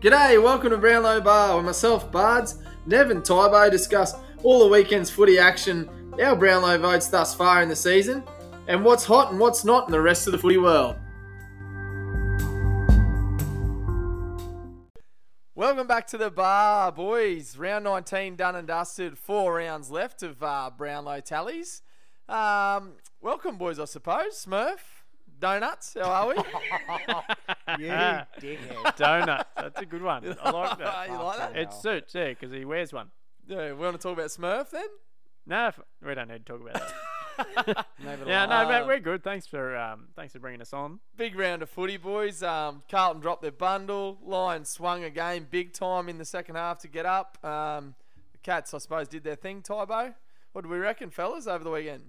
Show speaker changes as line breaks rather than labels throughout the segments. G'day, welcome to Brownlow Bar, where myself, Bards, Nev, and Tybo discuss all the weekend's footy action, our Brownlow votes thus far in the season, and what's hot and what's not in the rest of the footy world. Welcome back to the bar, boys. Round 19 done and dusted. Four rounds left of uh, Brownlow tallies. Um, welcome, boys, I suppose. Smurf, Donuts, how are we?
You dickhead.
Donut. Ah. That's a good one. I like that.
you like that?
It suits, yeah, because he wears one.
Yeah, we want to talk about Smurf then?
No, f- we don't need to talk about that.
Maybe
yeah,
like-
no,
Uh,
mate, we're good. Thanks for um, thanks for bringing us on.
Big round of footy, boys. Um, Carlton dropped their bundle. Lions swung again big time in the second half to get up. Um, the Cats, I suppose, did their thing, Tybo. What do we reckon, fellas, over the weekend?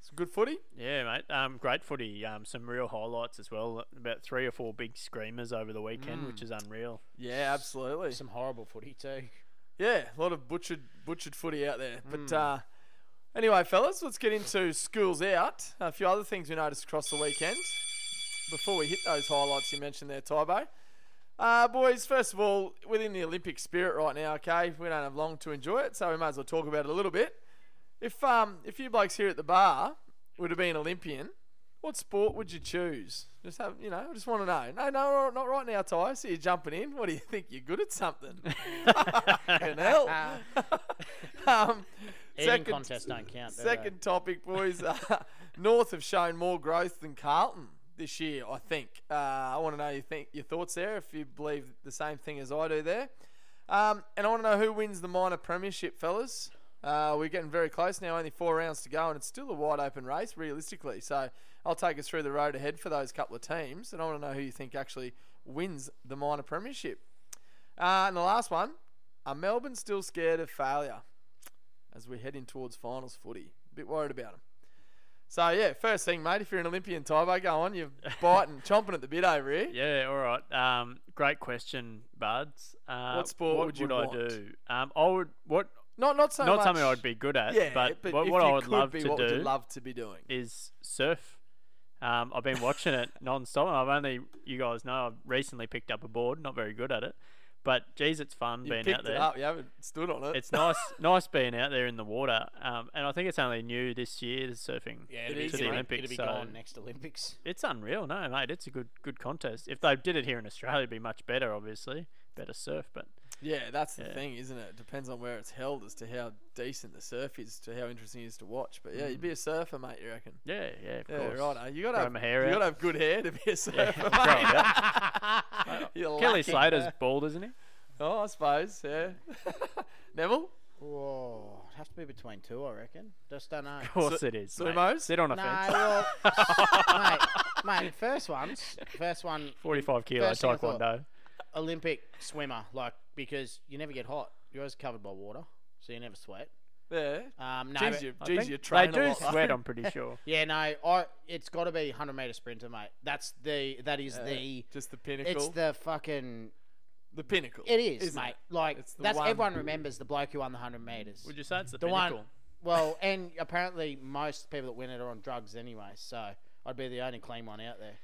It's good footy.
Yeah, mate. Um, great footy. Um, some real highlights as well. About three or four big screamers over the weekend, which is unreal.
Yeah, absolutely.
some horrible footy too.
Yeah, a lot of butchered butchered footy out there. But uh, anyway, fellas, let's get into schools out. A few other things we noticed across the weekend. Before we hit those highlights you mentioned there, Tybo. Uh, boys, first of all, within the Olympic spirit right now, okay, we don't have long to enjoy it, so we may as well talk about it a little bit. If um, if you blokes here at the bar would have been Olympian, what sport would you choose? Just have you know, I just want to know. No, no, not right now, Ty. I see you jumping in. What do you think? You're good at something. Fucking hell. um,
Eating contests don't count. do they?
Second topic, boys. Uh, North have shown more growth than Carlton this year, I think. Uh, I want to know you think, your thoughts there, if you believe the same thing as I do there. Um, and I want to know who wins the minor premiership, fellas. Uh, we're getting very close now, only four rounds to go, and it's still a wide open race, realistically. So I'll take us through the road ahead for those couple of teams, and I want to know who you think actually wins the minor premiership. Uh, and the last one are Melbourne still scared of failure? as we're heading towards finals footy. A bit worried about them. So yeah, first thing, mate, if you're an Olympian, Tybo, go on. You're biting, chomping at the bit over here.
Yeah, all right. Um, great question, Buds. Uh,
What sport
what
would you
I
want?
do? Um, I would what
Not not so
not
much.
something I'd be good at,
Yeah,
but, what,
if
what
you
I would
could
love
be,
to
what
do
Would you love to be doing?
is surf. Um, I've been watching it non-stop. and I've only, you guys know, I've recently picked up a board. Not very good at it, but geez, it's fun
You
being
picked
out there.
it up. You haven't stood on it.
It's nice, nice being out there in the water. Um, and I think it's only new this year the surfing
Yeah,
to
it'll be,
the
gone-
Olympics.
It'll be
so
gone next Olympics.
it's unreal. No, mate, it's a good, good contest. If they did it here in Australia, it'd be much better. Obviously, better surf, but
yeah, that's the
yeah.
thing, isn't it? It Depends on where it's held as to how decent the surf is, to how interesting it is to watch. But yeah, you'd be a surfer, mate. You reckon?
yeah, yeah, Mm. of
Yeah,
course.
right. eh? You gotta
Grow
have,
my hair
you
out.
gotta have good hair to be a surfer. mate.
Grow it out.
You're
Kelly
lucky. eh?
Slater's bald, isn't he?
Oh, I suppose. Yeah. Neville.
Whoa, it'd have to be between two, I reckon. Just don't know.
Of course it is. mate.
Sumos?
Sit on a
No,
fence.
well, mate, mate, first one's first one
45 kilo
First thing I thought.
taekwondo.
Olympic swimmer, like because you never get hot. You're always covered by water, so you never sweat.
Yeah.
Um, no,
Jeez,
but-
you,
I
jeez,
think
you train
they do
a lot. though.
sweat. I'm pretty sure.
yeah, no, I, it's got to be 100 meter sprinter, mate. That's the that is
Yeah,
the
just the pinnacle.
it's the fucking
the pinnacle.
it is,
isn't
mate. Like
It's the
that's
one-
everyone remembers the bloke who won the 100 meters.
Would you say it's the,
the
pinnacle?
one, well, and apparently most people that win it are on drugs anyway, so I'd be the only clean one out there.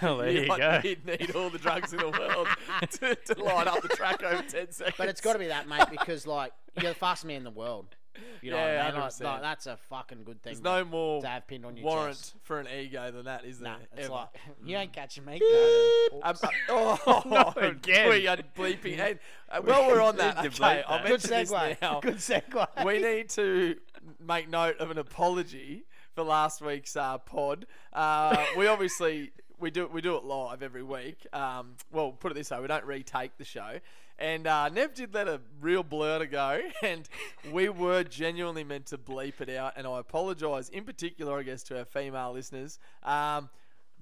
Well, there you
might
go.
Need, need all the drugs in the world to, to light up the track over ten seconds.
But it's got to be that, mate, because like you're the fastest man in the world. You know
Yeah,
what I mean? Like,
100%.
like, that's a fucking good thing.
There's no more
to have pinned on your
warrant
chest.
for an ego than that, is there?
Nah, it's
ever?
like you ain't catching me.
Um, uh, oh,
Not again.
We are bleeping. And, uh, well, we're on that.
Need to
Okay,
bleep
I'll
that.
Good
mention this now.
segue. Good segue.
we need to make note of an apology for last week's uh, pod. Uh, we obviously we do we do it live every week. Um, well, put it this way, we don't retake the show. And uh, Nev did let a real blur to go, and we were genuinely meant to bleep it out. And I apologise, in particular, I guess, to our female listeners. Um,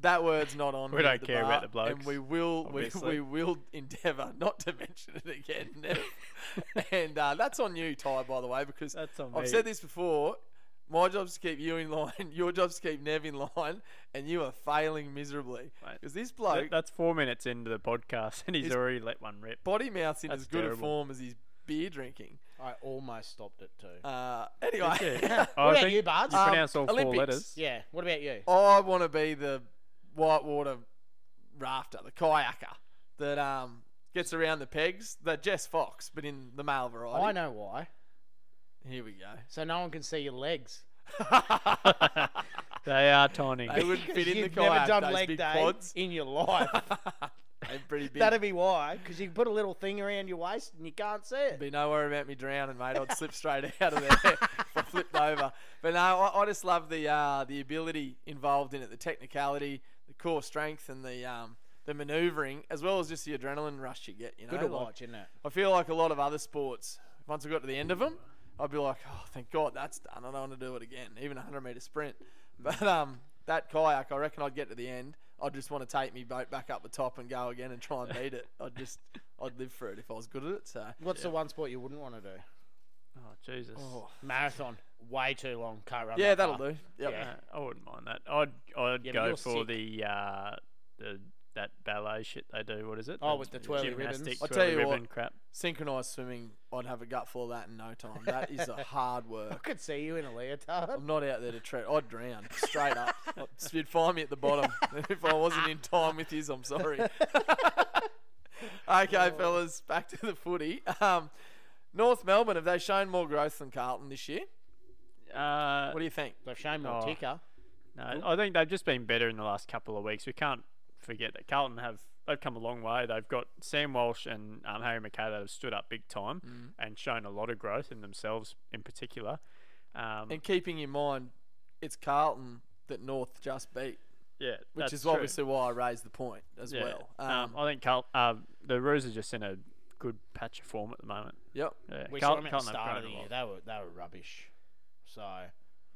that word's not on.
We
here
don't
at the
care
bar,
about the
and
blokes,
we will. We,
obviously.
we will endeavour not to mention it again. Nev. and uh, that's on you, Ty, by the way, because
That's on
I've
me.
said this before. My job's to keep you in line. Your job's to keep Nev in line, and you are failing miserably
Mate,
because this
That-
bloke
that's four minutes into the podcast, and he's
It's-
already let one rip.
body mouth's in
that's
as good a
terrible.
form as his beer drinking.
I almost stopped it too.
Uh, anyway,
I
what about
think
you, Bards?
You
Um,
pronounced all four
Olympics.
letters.
yeah. What about you?
I want to be the whitewater rafter, the kayaker that um, gets around the pegs. The Jess Fox, but in the male variety.
I know why.
Here we go.
So no one can see your legs.
they are tiny.
They wouldn't fit in the
You've
kayak.
never done
those
leg
big
day
quads.
in your life.
They're pretty big.
That'd be why, because you can put a little thing around your waist and you can't see it.
Be no worry about me drowning, mate. I'd slip straight out of there if I flipped over. But no, I, I just love the uh, the ability involved in it, the technicality, the core strength, and the um, the manoeuvring, as well as just the adrenaline rush you get. You know,
Good to
Like,
watch, isn't it?
I feel like a lot of other sports. Once I got to the end of them, I'd be like, oh, thank God that's done. I don't want to do it again, even a hundred meter sprint. But um, that kayak, I reckon I'd get to the end. I'd just want to take me boat back up the top and go again and try and beat it. I'd just, I'd live for it if I was good at it. So
What's the one sport you wouldn't want to do?
Oh Jesus.
Oh.
Marathon. Way too long. Can't run.
Yeah,
that
that'll
far.
do. Yep.
Yeah.
Uh, I wouldn't mind that. I'd I'd
Yeah, but
go
you're
for
sick.
the uh the that ballet shit they do. What is it?
Oh, with the twirly ribbons.
gymnastic
I'll tell
twirly
you what.
ribbon crap.
Synchronized swimming, I'd have a gutful of that in no time. That is a hard
I
work.
could see you in a leotard.
I'm not out there to treat. I'd drown straight up. If You'd find me at the bottom. if I wasn't in time with you, I'm sorry.
Oh.
okay, fellas, back to the footy. Um, North Melbourne, have they shown more growth than Carlton this year?
Uh,
What do you think?
They've shown more
Oh.
ticker.
no, I think they've just been better in the last couple of weeks. We can't forget that Carlton have they've come a long way. They've got Sam Walsh and um, Harry McKay that have stood up big time
Mm.
and shown a lot of growth in themselves in particular. Um,
And keeping in mind, it's Carlton that North just beat,
yeah,
which
that's
is
true.
obviously why I raised the point as
Yeah.
well.
Um, I think Carl, uh, the Roos are just in a good patch of form at the moment.
yep.
Yeah,
We
Carl-
saw them at the
Carlton have
start of
grown
the
a
year.
lot.
They were they were rubbish. So,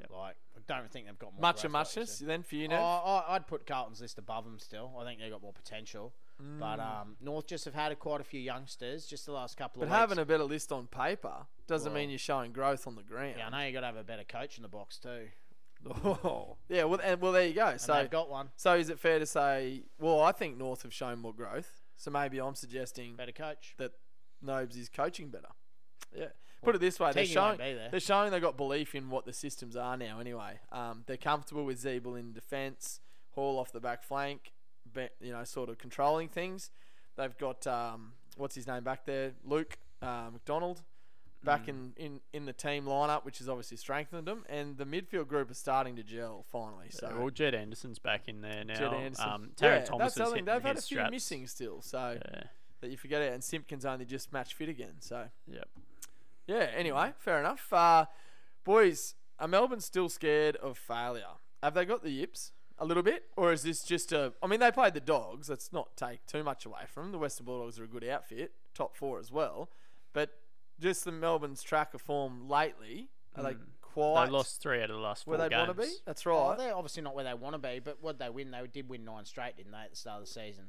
like, I don't think they've got more
Much of
growth, like you
muchness
said.
then for you,
Oh,
Nev?
I, I'd put Carlton's list above them still. I think they've got more potential. But
Mm.
um, North just have had quite a few youngsters just the last couple
But
of
having
weeks.
a better list on paper doesn't
Well-
mean you're showing growth on the ground.
yeah, I know you got to have a better coach in the box too.
Oh. yeah. Well, and, well, there you go.
And
so,
they've got one
so is it fair to say? Well, I think North have shown more growth. So maybe I'm suggesting
better coach.
that Nobes is coaching better. Yeah. Put it this way, they're
Teague won't
showing
be there.
they're showing they've got belief in what the systems are now. Anyway, um, they're comfortable with Zeeble in defence, Hall off the back flank, be, you know, sort of controlling things. They've got um, what's his name back there, Luke uh, McDonald,
Mm.
back in, in in the team lineup, which has obviously strengthened them, and the midfield group is starting to gel finally. So.
well, Jed Anderson's back in there now.
Jed Anderson.
Um,
yeah,
Taryn
that's
Thomas
the
is
other thing.
hitting
They've had a
his
few
straps.
missing still, so
Yeah,
that you forget it. And Simpkins only just match fit again, so
yep.
yeah, anyway, fair enough. Uh, boys, are Melbourne still scared of failure? Have they got the yips a little bit? Or is this just a. I mean, they played the Dogs. Let's not take too much away from them. The Western Bulldogs are a good outfit, top four as well. But just the Melbourne's track of form lately, are they quite.
Hmm. They lost three out of the last four
where they
games.
want to be? That's
Well,
right.
Oh, they're obviously not where they want to be, but what they win, they did win nine straight, didn't they, at the start of the season?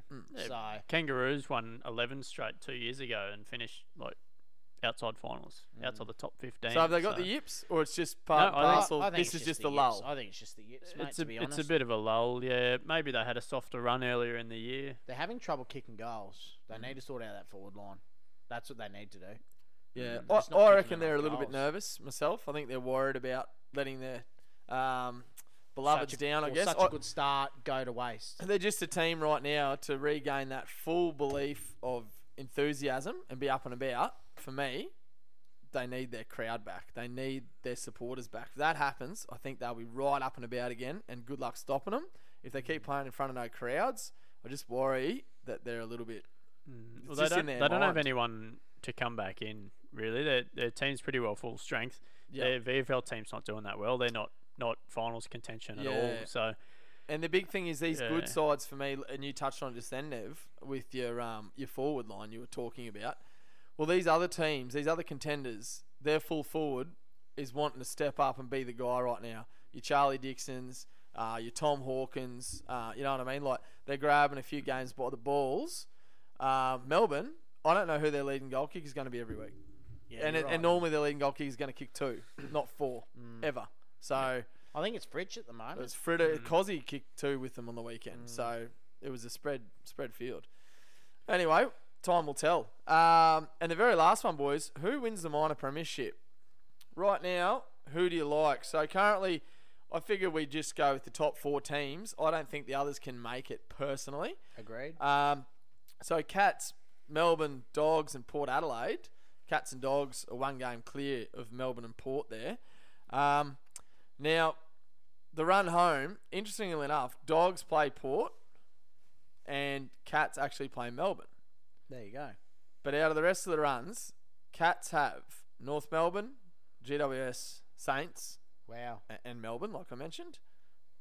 So
Kangaroos won 11 straight two years ago and finished like outside finals, outside the top 15.
so have they got the yips? Or it's just part
No, I
and
think-
parcel?
I think
this
it's
is just
the
the
yips.
lull.
I think it's just the yips, mate.
It's
to
a
be
it's
honest,
a bit of a lull, yeah. Maybe they had a softer run earlier in the year.
they're having trouble kicking goals.
Mm.
They need to sort out that forward line. That's what they need to do.
Yeah,
Mm,
I,
it's not
I
kicking
reckon they're a
enough
little bit
goals.
nervous myself. I think they're worried about letting their um, beloveds
Such a-
down. I
or
guess
such
I-
a good start go to waste.
they're just a team right now to regain that full belief of enthusiasm and be up and about. For me, they need their crowd back. They need their supporters back. If that happens, I think they'll be right up and about again. And good luck stopping them. If they keep playing in front of no crowds, I just worry that they're a little bit.
Well,
Mm.
It's
they
just in
don't,
their
they don't have
mind.
anyone to come back in, really. Their, their team's pretty well full strength.
Yeah.
Their VFL team's not doing that well. They're not, not finals contention at
Yeah.
all. So,
And the big thing is these
Yeah.
good sides for me, and you touched on it just then, Nev, with your um, your forward line you were talking about. Well, these other teams, these other contenders, their full forward is wanting to step up and be the guy right now. Your Charlie Dixons, uh, your Tom Hawkins, uh, you know what I mean? Like they're grabbing a few games by the balls. Uh, Melbourne, I don't know who their leading goal kick is going to be every week,
Yeah,
and it,
you're
and
right. Mm.
normally their leading goal kick is going to kick two, not four, ever. So.
I think it's Fritch at the moment.
It was Fritter Cozzy uh, kicked two with them on the weekend, so it was a spread spread field. Anyway, time will tell. Um, and the very last one, boys, who wins the minor premiership? Right now, who do you like? So currently, I figure we just go with the top four teams. I don't think the others can make it personally.
Agreed.
Um, so Cats Melbourne Dogs and Port Adelaide. Cats and Dogs are one game clear of Melbourne and Port there. Um, now, the run home, interestingly enough, Dogs play Port and Cats actually play Melbourne.
There you go.
But out of the rest of the runs, Cats have North Melbourne, GWS, Saints,
Wow.
a- and Melbourne, like I mentioned.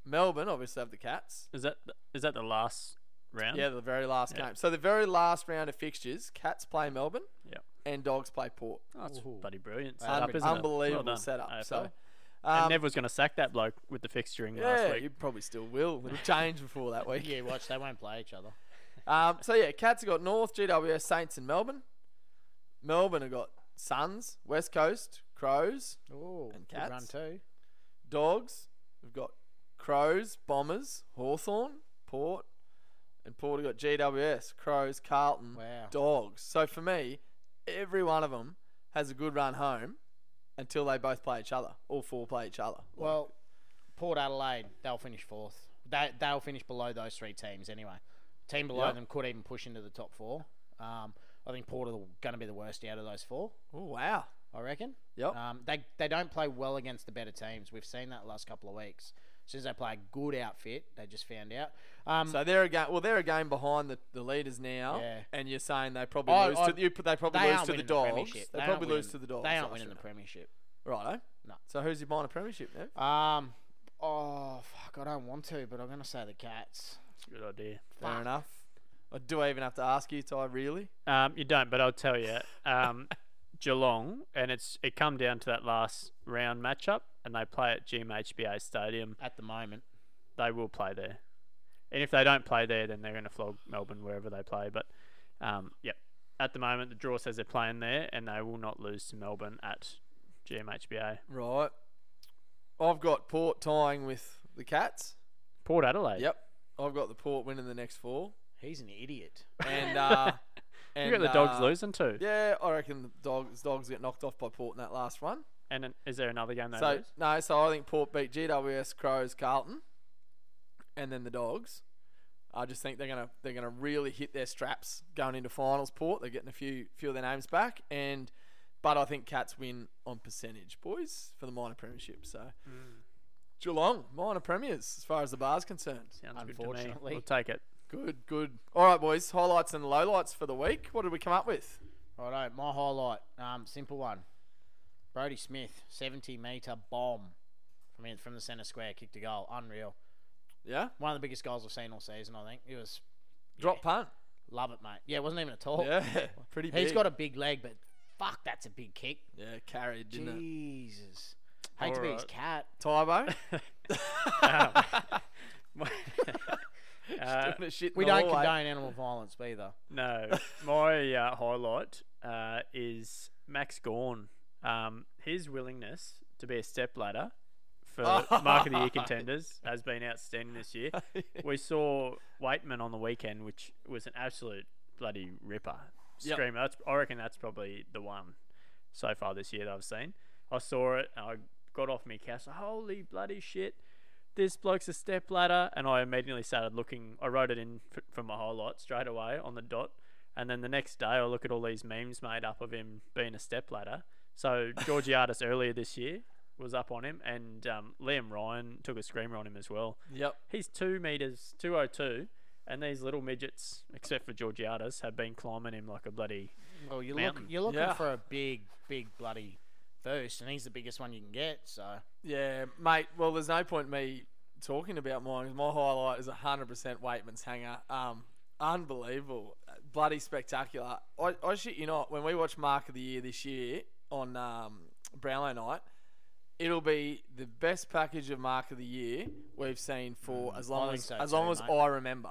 Melbourne obviously have the Cats.
Is that is that the last round?
Yeah, the very last
Yeah.
game. So the very last round of fixtures, Cats play Melbourne
Yeah.
and Dogs play Port.
Oh, that's
Ooh.
bloody brilliant
Wow.
setup, isn't it? Well
Unbelievable
done,
setup.
AFL.
So,
and
um,
Nev was going to sack that bloke with the fixturing
yeah,
last week.
you probably still will. It'll change before that week.
Yeah, watch. They won't play each other.
Um, so yeah, Cats have got North, GWS, Saints, and Melbourne. Melbourne have got Suns, West Coast, Crows,
Oh,
And
good run
cats.
too.
Dogs. We've got Crows, Bombers, Hawthorn, Port, and Port have got GWS, Crows, Carlton,
Wow.
Dogs. So for me, every one of them has a good run home until they both play each other. All four play each other.
Well, Port Adelaide, they'll finish fourth. They they'll finish below those three teams anyway. Team below
Yep.
them could even push into the top four. Um, I think Port are going to be the worst out of those four.
oh wow.
I reckon.
Yep.
Um, they they don't play well against the better teams. We've seen that last couple of weeks. As soon as they play a good outfit, they just found out. Um,
so they're a game. Well, they're a game behind the, the leaders now.
Yeah.
And you're saying they probably
I-
lose
I-
to you. They probably
they
lose
aren't
to the
winning
dogs.
premiership.
They,
aren't
probably lose
winning-
to the dogs.
They aren't
I
winning the
should
premiership.
know. Righto.
No.
So who's he buying a premiership now?
Um, oh fuck, I don't want to, but I'm gonna say the Cats.
It's a Good idea.
Fair
Fuck.
enough. Or do I even have to ask you, Ty? Really?
Um, you don't, but I'll tell you. Um, Geelong, and it's it come down to that last round matchup, and they play at GMHBA Stadium.
At the moment,
They will play there, and if they don't play there, then they're going to flog Melbourne wherever they play. But um, yep, at the moment the draw says they're playing there, and they will not lose to Melbourne at GMHBA.
Right. I've got Port tying with the Cats.
Port Adelaide.
Yep. I've got the Port winning the next four.
he's an idiot.
And uh
You
and,
got the dogs
uh,
losing too.
Yeah, I reckon the dogs dogs get knocked off by Port in that last one.
And then, is there another game they
so
lose?
no, so I think Port beat GWS, Crows, Carlton, and then the Dogs. I just think they're gonna they're gonna really hit their straps going into finals. Port they're getting a few few of their names back, and but I think Cats win on percentage, boys, for the minor premiership. So
Mm.
Geelong minor premiers as far as the bar's concerned.
Sounds good to me.
Unfortunately.
We'll take it.
Good, good. All right, boys. Highlights and lowlights for the week. What did we come up with?
Righto, my highlight, um, simple one. Brody Smith, 70 metre bomb from, in, from the centre square, kicked a goal. Unreal.
Yeah,
One of the biggest goals I've seen all season, I think. It was,
drop punt.
love it, mate. Yeah, it wasn't even a tall.
Yeah, pretty.
Oh. He's
big.
got a big leg, but fuck, that's a big kick.
yeah carried, didn't it?
Jesus. Hate to be his
Alright.
cat.
Tybo.
Uh,
Doing a shit in
We
the
don't
hallway.
condone animal violence either.
No, my uh, highlight uh, is Max Gorn. Um, his willingness to be a stepladder for Mark of the Year contenders has been outstanding this year. We saw Waitman on the weekend, which was an absolute bloody ripper.
Yep.
Screamer. That's, I reckon that's probably the one so far this year that I've seen. I saw it. I got off my couch. Holy bloody shit! This bloke's a step ladder, and I immediately started looking. I wrote it in f- from my highlight straight away on the dot, and then the next day I look at all these memes made up of him being a step ladder. So Georgiadis earlier this year was up on him, and um, Liam Ryan took a screamer on him as well.
Yep.
He's two meters, two oh two, and these little midgets, except for Georgiadis, have been climbing him like a bloody
Well, you look,
Mountain.
you're looking
Yeah.
for a big, big bloody boost, and he's the biggest one you can get, so.
Yeah, mate. Well, there's no point me talking about mine 'cause my highlight is 100% Waitman's hanger. Um, unbelievable, bloody spectacular. I, I shit you not. When we watch Mark of the Year this year on um, Brownlow night, it'll be the best package of Mark of the Year we've seen for as
Mm, I
long
think
as
so
as
too,
long as
mate.
I remember.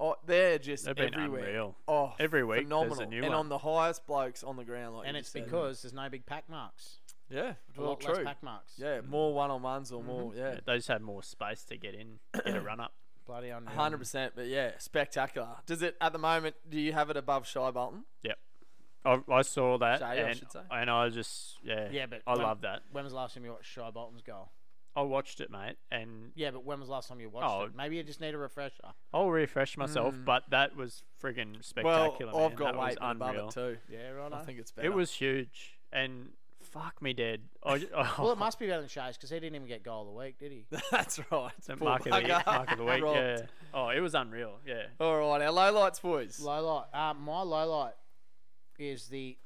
Oh, they're just
They've been
everywhere.
unreal.
Oh,
Every week there's a
phenomenal,
new
and
one.
on the highest blokes on the ground. Like
And
you
it's
said.
because there's no big pack marks.
yeah,
A
well,
lot less Mm. Mm-hmm.
true.
pack marks.
Yeah, more one on ones or more. Yeah,
They just had more space to get in, get a run up.
Bloody unreal.
Hundred percent, but yeah, spectacular. Does it at the moment? Do you have it above Shy Bolton?
Yep. I, I saw that,
Jay, I
and,
should say.
and I just yeah,
Yeah, but
I
when-
love that.
When was the last time you watched Shy Bolton's goal?
I watched it, mate, and
Yeah, but when was the last time you watched
Oh.
it? Maybe you just need a refresher.
I'll refresh myself. But that was friggin'
Mm. Well,
spectacular.
I've
man.
got
that was
weight above
unreal.
it too.
Yeah, right.
I think it's better.
It was huge, and fuck me dead. I,
Oh.
Well, it must be better than Shays because he didn't even get goal of the week, did he?
That's right.
It's a
Poor
mark of, the,
bugger.
mark of the week.
Robbed.
Yeah. Oh, it was unreal. Yeah.
All right, our low lights, boys.
Low light. Uh, my low light is the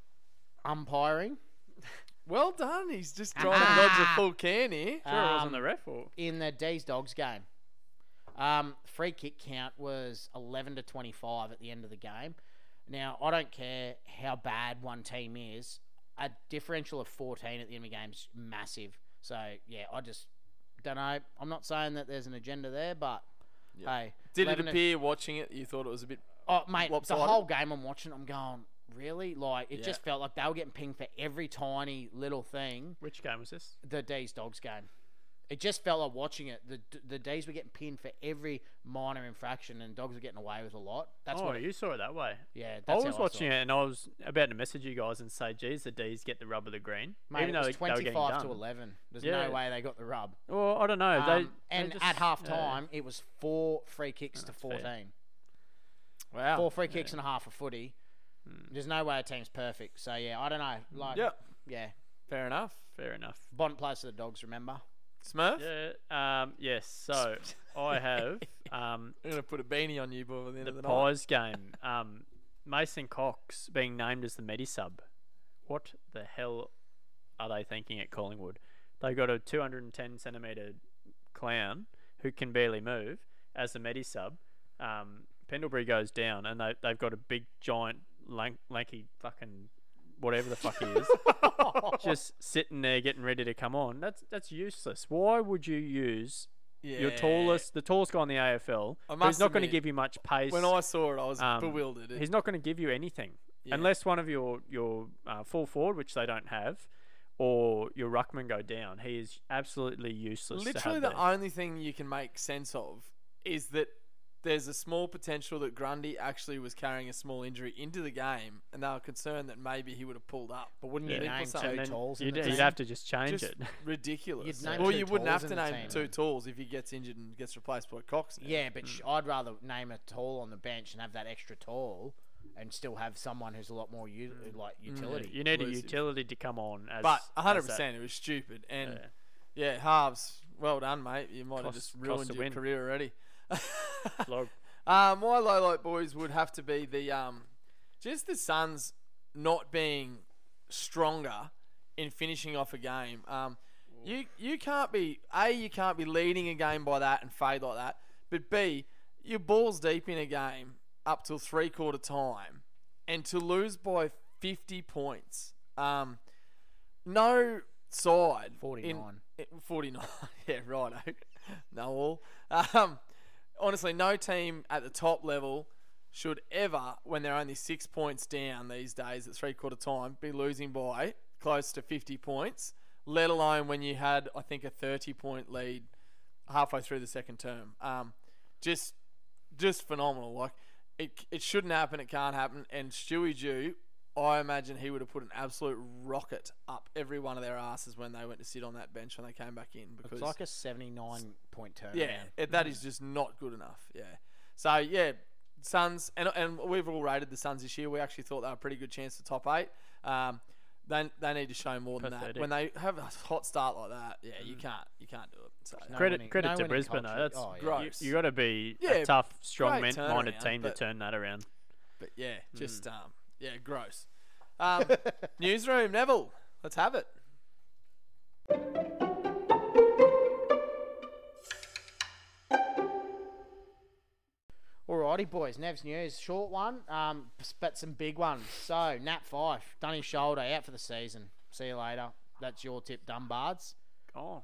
umpiring
Well done. He's
Ah.
just trying to dodge a full can here.
Sure, it
Um,
wasn't the ref or
in the D's Dogs game. Um, free kick count was 11 to 25 at the end of the game. Now, I don't care how bad one team is, a differential of 14 at the end of the game is massive. So, yeah, I just don't know. I'm not saying that there's an agenda there, but hey.
Did it
11 to-
appear watching it you thought it was a bit.
Oh, mate,
lopsided?
the whole game I'm watching, I'm going, really? Like, it
Yeah.
just felt like they were getting pinged for every tiny little thing.
which game was this?
The D's Dogs game. It just felt like watching it. The the D's were getting pinned for every minor infraction, and Dogs were getting away with a lot. That's
oh,
what. It,
you saw it that way.
yeah, that's
I was
how
watching
I saw
it and I was about to message you guys and say, "Geez, the D's get the rub of the green,"
Mate,
even
it
though
was
they, they were getting
25 to
done.
11. There's
Yeah.
no way they got the rub.
Well, I don't know. they,
Um,
they
and
just-
at half
yeah.
time, it was four free kicks to
fair.
14.
Wow.
Four free kicks and a half a footy.
Hmm.
There's no way a team's perfect. So, yeah, I don't know. Like,
Yep.
yeah.
Fair enough.
fair enough.
Bond plays for the Dogs, remember?
Smurf,
Yeah. Um. Yes. So I have um
I'm going to put a beanie on you by the end
the
of the night.
Pies game. Um, Mason Cox being named as the medi sub. What the hell are they thinking at Collingwood? They got a 210 centimeter clown who can barely move as the medi sub. Um, Pendlebury goes down, and they they've got a big giant lank, lanky fucking whatever the fuck he is just sitting there getting ready to come on. That's that's useless. Why would you use
Yeah.
your tallest, the tallest guy in the AFL,
I
who's
must
not going to
admit,
give you much pace?
When I saw it, I was
um,
bewildered. It-
He's not going to give you anything
Yeah.
unless one of your your uh, full forward, which they don't have, or your ruckman go down. He is absolutely useless. to
Literally, the
have there.
only thing you can make sense of is that there's a small potential that Grundy actually was carrying a small injury into the game, and they were concerned that maybe he would have pulled up.
But wouldn't
Yeah.
you
Nick
name
was saying-
two
And then
talls in
you'd,
the
you'd
team?
have to just change
Just
it.
ridiculous.
You'd name
well,
two
you wouldn't
talls
have to
in the
name
team.
two talls if he gets injured and gets replaced by Cox. now.
Yeah, but sh I'd rather name a tall on the bench and have that extra tall, and still have someone who's a lot more u- like utility.
you need a
Elusive.
utility to come on. As,
But
as
100,
that.
percent it was stupid. And yeah. halves. Well done, mate. You might have just
Cost- cost
ruined
a
your
win.
career already.
Log.
Uh, my low light boys would have to be the um, just the Suns not being stronger in finishing off a game. Um, you you can't be a you can't be leading a game by that and fade like that. But b your balls deep in a game up till three quarter time, and to lose by fifty points. Um, no side in-
49.
eh, 49 yeah righto no all um, honestly no team at the top level should ever when they're only six points down these days at three quarter time be losing by close to 50 points let alone when you had i think a 30 point lead halfway through the second term um, just just phenomenal like it, it shouldn't happen it can't happen and stewie jew i imagine he would have put an absolute rocket up every one of their asses when they went to sit on that bench when they came back in because
It's like a seventy-nine point turnaround.
yeah, it, that is just not good enough. Yeah. So yeah, Suns and and we've all rated the Suns this year. We actually thought they were a pretty good chance to top eight. Um, they, they need to show more than that.
Pathetic.
When they have a hot start like that, yeah, you can't you can't do it. So
No
Credit
winning-
credit
no
to
winning
Brisbane though.
culture.
That's
Oh, yeah.
Gross.
You, you got to be
Yeah,
a tough, strong,
great
men- minded
turnaround,
team to
but-
turn that around.
but yeah, just
Mm.
um, yeah, gross. Um, newsroom Neville, let's have it.
Alrighty, boys. Nev's news, short one, um, but some big ones. So Nat Fife done his shoulder, out for the season. See you later. That's your tip, Dumbards.
Oh,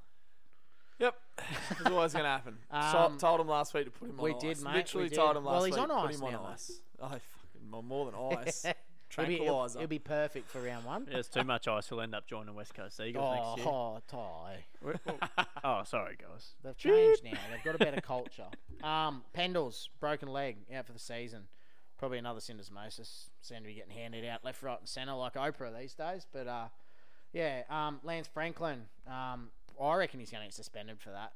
Yep, it's always going to happen. so,
Um,
told him last week to put him on
we
ice.
did, mate, we
Literally
did.
told him last
Well, he's
week.
on
put
ice
him on
now, mate.
ice. Oh, fucking, more than ice.
It'll be, it'll,
Tranquilizer.
it'll be perfect for round one.
there's too much ice. He'll end up joining West Coast Eagles
Oh,
next year.
oh, Ty.
Oh, sorry, guys.
They've changed now. They've got a better culture. Um, Pendles, broken leg, out for the season. Probably another syndesmosis. Seem to be getting handed out left, right, and centre like Oprah these days. But uh, yeah, um, Lance Franklin. Um, I reckon he's going to get suspended for that.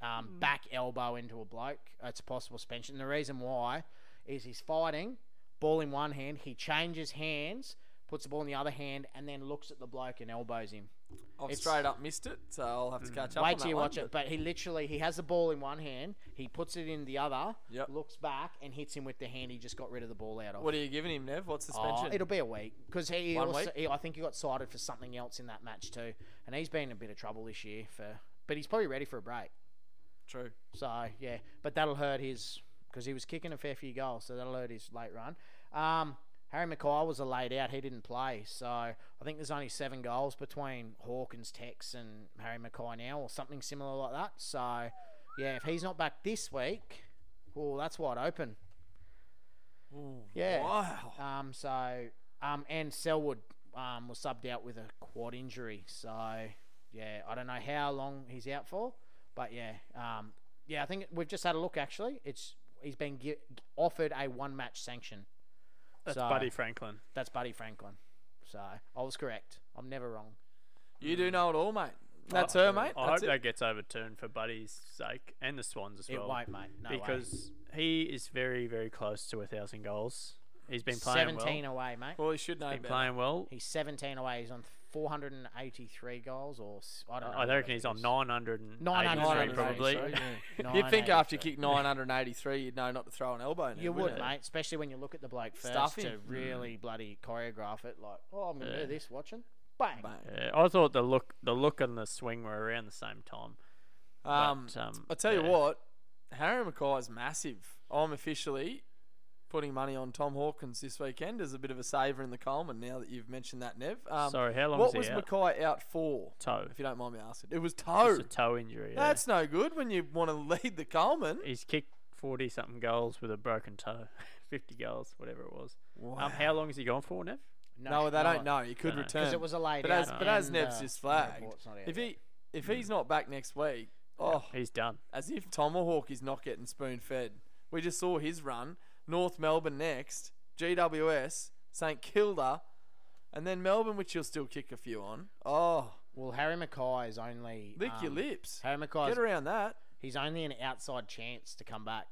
Um, Back elbow into a bloke. It's a possible suspension. The reason why is he's fighting, ball in one hand, he changes hands, puts the ball in the other hand, and then looks at the bloke and elbows him.
I've
It's- Mm.
straight up missed it, so I'll have to catch up. on
Wait
that
till you
one,
watch it. But he literally he has the ball in one hand, he puts it in the other,
Yep.
looks back, and hits him with the hand he just got rid of the ball out of.
What are you giving him, Nev? What suspension?
Oh, it'll be a week because he,
One
also,
week?
he- I think he got cited for something else in that match too, and he's been in a bit of trouble this year for. But he's probably ready for a break.
True.
So yeah, but that'll hurt his because he was kicking a fair few goals, so that'll hurt his late run. Um, Harry Mackay was a laid out; he didn't play, so I think there's only seven goals between Hawkins, Tex, and Harry Mackay now, or something similar like that. So yeah, if he's not back this week, oh, that's wide open. Yeah.
Wow.
Um, so um, and Selwood um, was subbed out with a quad injury. So yeah, I don't know how long he's out for, but yeah, um, yeah, I think we've just had a look. Actually, it's he's been gi- offered a one match sanction.
That's
So-
Buddy Franklin.
That's Buddy Franklin. So I was correct. I'm never wrong.
You do know it all, mate.
Oh,
That's
I-
her, mate.
Oh, I
That's
hope
it.
that gets overturned for Buddy's sake and the Swans as
It
well.
won't, mate. No way.
because he is very, very close to a thousand goals. He's been playing well.
17 away, mate.
Well, you should know
Been
better.
playing well.
He's 17 away. He's on 483 goals, or s- I don't know.
I
what
reckon
it
he's on
is.
900
983,
probably.
sorry, yeah. You'd think
983.
after you kick 983, you'd know not to throw an elbow in
You
it, wouldn't
would,
you?
mate, especially when you look at the bloke first
Stuff Mm.
to
him.
really bloody choreograph it. Like, oh, I'm gonna do this watching. Bang.
Bang.
Yeah, I thought the look, the look and the swing were around the same time.
Um,
But, um,
I tell you
yeah.
what, Harry Mackay is massive. I'm officially putting money on Tom Hawkins this weekend as a bit of a saver in the Coleman. Now that you've mentioned that, Nev. Um,
Sorry, how long
What
was
was
he out?
Mackay out for?
Toe.
If you don't mind me asking, it was
It's
toe.
a toe injury. yeah.
That's no good when you want to lead the Coleman.
He's kicked 40 something goals with a broken toe. 50 goals, whatever it was.
Wow.
Um, how long has he gone for, Nev?
No, they don't
not.
know. He could
No.
return.
Because it was a late
but
out
as but as
and,
Nev's
uh,
just
the
flagged,
report's not out
if
yet.
he if he's not back next week, oh,
He's done.
as if Tomahawk is not getting spoon fed. We just saw his run. North Melbourne next, GWS, St Kilda, and then Melbourne, which you'll still kick a few on. Oh,
well, Harry Mackay is only
lick your
um,
lips.
Harry Mackay's
Get around that.
he's only an outside chance to come back.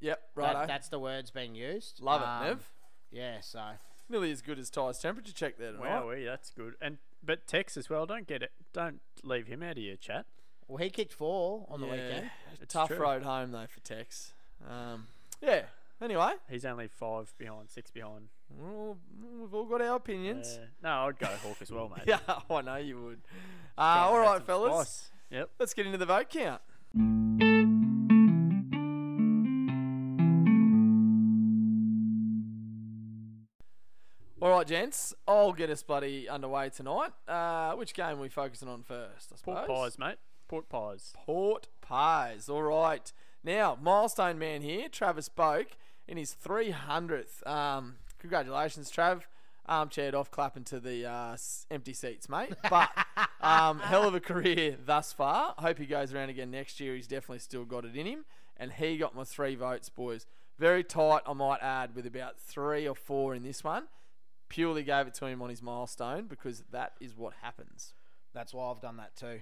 Yep,
That-
right.
that's the words being used.
Love
Um,
it, Nev.
Yeah, so
Nearly as good as Ty's temperature check there tonight.
Wowee, that's good. And but Tex as well. Don't get it. Don't leave him out of your chat.
well, he kicked four on
Yeah,
the weekend.
It's
Tough
true.
road home though for Tex. Um, yeah. Anyway,
He's only five behind, six behind.
we're all- we've all got our opinions.
Uh, no, I'd go Hawk as well, mate.
Yeah, I know you would. Uh, all right,
Some
fellas,
spice. Yep.
let's get into the vote count. All right, gents, I'll get us bloody underway tonight. Uh, which game are we focusing on first? I suppose.
Port pies, mate. Port pies.
Port Pies. All right. Now, milestone man here, Travis Boak, in his 300th. Um, congratulations, Trav. Armchaired off, clapping to the uh, s- empty seats, mate. But um, hell of a career thus far. Hope he goes around again next year. He's definitely still got it in him. And he got my three votes, boys. Very tight, I might add, with about three or four in this one. Purely gave it to him on his milestone because that is what happens.
That's why I've done that too.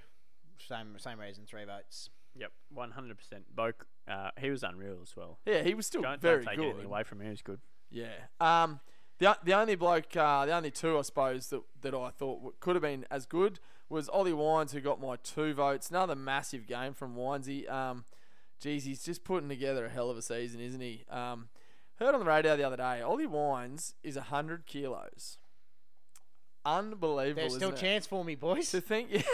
Same same reason, three votes.
Yep. One hundred percent. Boke. Uh, he was unreal as well.
Yeah, he was still
Don't,
very
don't take
good.
anything away from him. He was good.
Yeah. Um, the, the only bloke, uh, the only two, I suppose, that, that I thought w- could have been as good was Ollie Wines, who got my two votes. Another massive game from Winesy. Um, geez, he's just putting together a hell of a season, isn't he? Um, heard on the radio the other day, Ollie Wines is 100 kilos. Unbelievable.
There's still
isn't it?
chance for me, boys.
To think.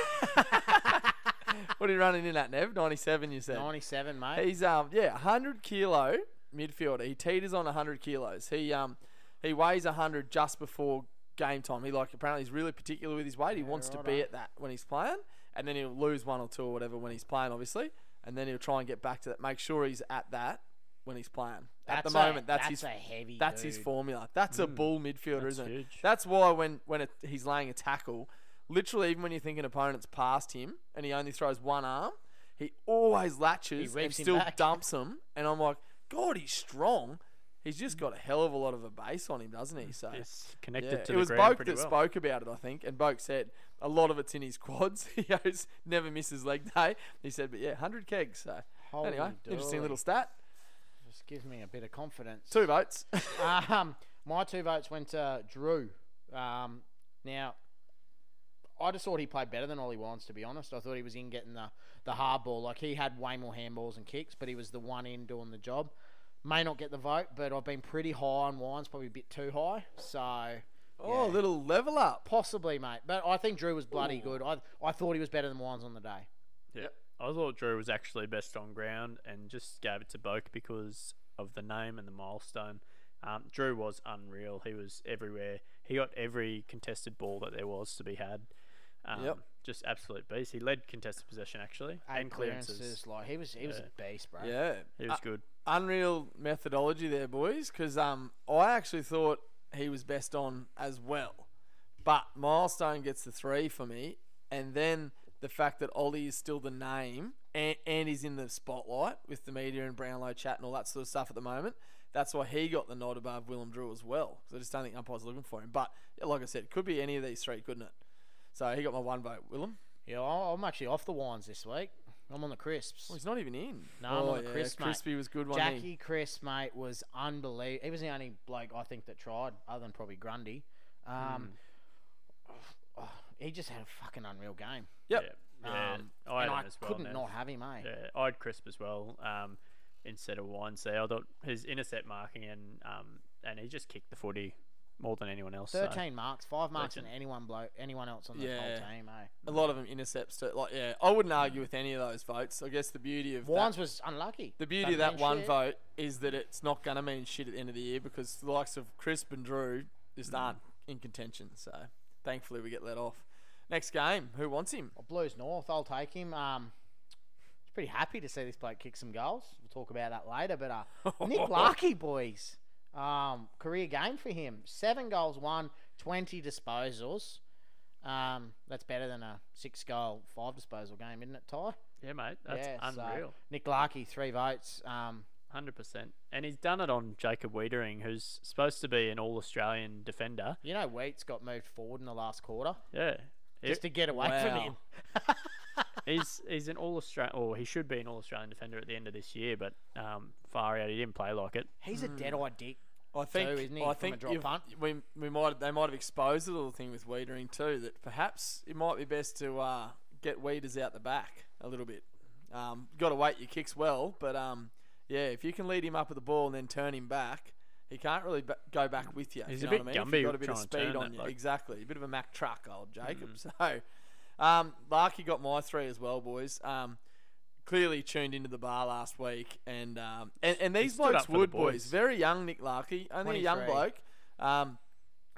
what are you running in at, Nev? 97, you said?
Ninety-seven, mate.
He's um yeah, 100 kilo midfielder. He teeters on 100 kilos. He um he weighs 100 just before game time. He like apparently he's really particular with his weight. He wants to be
righto.
at that when he's playing, and then he'll lose one or two or whatever when he's playing, obviously, and then he'll try and get back to that. Make sure he's at that when he's playing. At the
That's a-
moment, that's,
that's
his
a heavy
that's his
dude.
formula. That's a bull midfielder,
Hmm. That's
isn't it?
huge.
That's why when when it, he's laying a tackle, literally even when you think an opponent's past him and he only throws one arm, he always latches
He
and
reaps him
still
back.
dumps him. And I'm like, God, he's strong. He's just got a hell of a lot of a base on him, doesn't he? So
It's
yeah,
connected
it
to the
was
ground
Boke
pretty
that
well.
spoke about it, I think, and Boke said a lot of it's in his quads. he goes, never misses leg day. He said, but yeah, hundred kegs. So
Holy
anyway, interesting
dooly.
little stat.
Just gives me a bit of confidence.
Two votes.
Ah,
um, my two votes went to Drew. Um, now, I just thought he played better than Ollie Wines, to be honest. I thought he was in getting the, the hard ball. Like, he had way more handballs and kicks, but he was the one in doing the job. May not get the vote, but I've been pretty high on Wines, probably a bit too high. So,
oh, a little level up.
possibly, mate. But I think Drew was bloody good. I, I thought he was better than Wines on the day.
Yeah. I thought Drew was actually best on ground and just gave it to Boke because of the name and the milestone. Um, Drew was unreal. He was everywhere. He got every contested ball that there was to be had. Um,
Yep.
Just absolute beast. He led contested possession actually
Eight
and clearances.
Like, he was, he was a beast, bro.
Yeah, Uh,
He
Uh,
was good.
unreal methodology there, boys. Because um, I actually thought he was best on as well, but milestone gets the three for me, and then the fact that Ollie is still the name and, and he's in the spotlight with the media and Brownlow chat and all that sort of stuff at the moment. That's why he got the nod above Willem Drew as well. Because I just don't think umpires are looking for him. But yeah, like I said, could be any of these three, couldn't it? So he got my one vote. Willem,
Yeah, I- I'm actually off the wines this week. I'm on the crisps.
well, he's not even in.
No, I'm
oh,
on the crisp, mate.
crispy was good one.
Jackie Chris, mate, was unbelievable. He was the only bloke I think that tried, other than probably Grundy. Um,
Hmm.
oh, he just had a fucking unreal game.
Yep.
Yeah. Yeah.
Um,
I had
and
him
I
as well.
couldn't
now.
not have him, eh? mate.
Yeah, I had Crisp as well. Um, instead of Wines there, I thought his intercept marking and um, and he just kicked the footy more than anyone else. so-
Thirteen marks, five marks than
Legend.
anyone bloke, anyone else on the whole
Yeah.
team. Eh?
a lot of them intercepts too. Like, yeah, I wouldn't argue with any of those votes. I guess the beauty of
Wines
that,
was unlucky.
the beauty
Don't
of that
mean
one
shit.
vote is that it's not going to mean shit at the end of the year because the likes of Crisp and Drew just
Mm.
aren't in contention. So thankfully we get let off. Next game, who wants him?
Well, Blues North, I'll take him. Um, was pretty happy to see this bloke kick some goals. We'll talk about that later. But uh, Nick Larky, boys, um, career game for him: seven goals, one, 20 disposals. Um, that's better than a six-goal, five-disposal game, isn't it, Ty?
Yeah, mate, that's
Yeah, so
unreal.
Nick Larky, three votes. Um,
Hundred percent, and he's done it on Jacob Wiedering, who's supposed to be an All Australian defender.
you know, Wheats got moved forward in the last quarter
Yeah, He-
just to get away from
Wow.
him.
he's he's an All Australian, or he should be an All Australian defender at the end of this year. But um, far out, he didn't play like it.
He's a dead-eyed dick.
I think
isn't he,
I
from a
think
drop
you've-
punt?
we we might they might have exposed the little thing with Weedering too that perhaps it might be best to uh, get Weeders out the back a little bit. Um, got to wait your kicks well, but um, yeah, if you can lead him up with the ball and then turn him back, he can't really ba- go back with you. if
He's
you
a
know what
bit
I mean? If
Gumby
you've got a bit of
trying to turn
speed on
that,
you,
like. Mm.
exactly. A bit of a Mack truck, old Jacob. So, um, Larky got my three as well, boys. Um, clearly tuned into the bar last week, and um, and, and these
stood
blokes
up for the
would, boys.
boys.
Very young Nick Larky, only a young
23.
bloke. Um,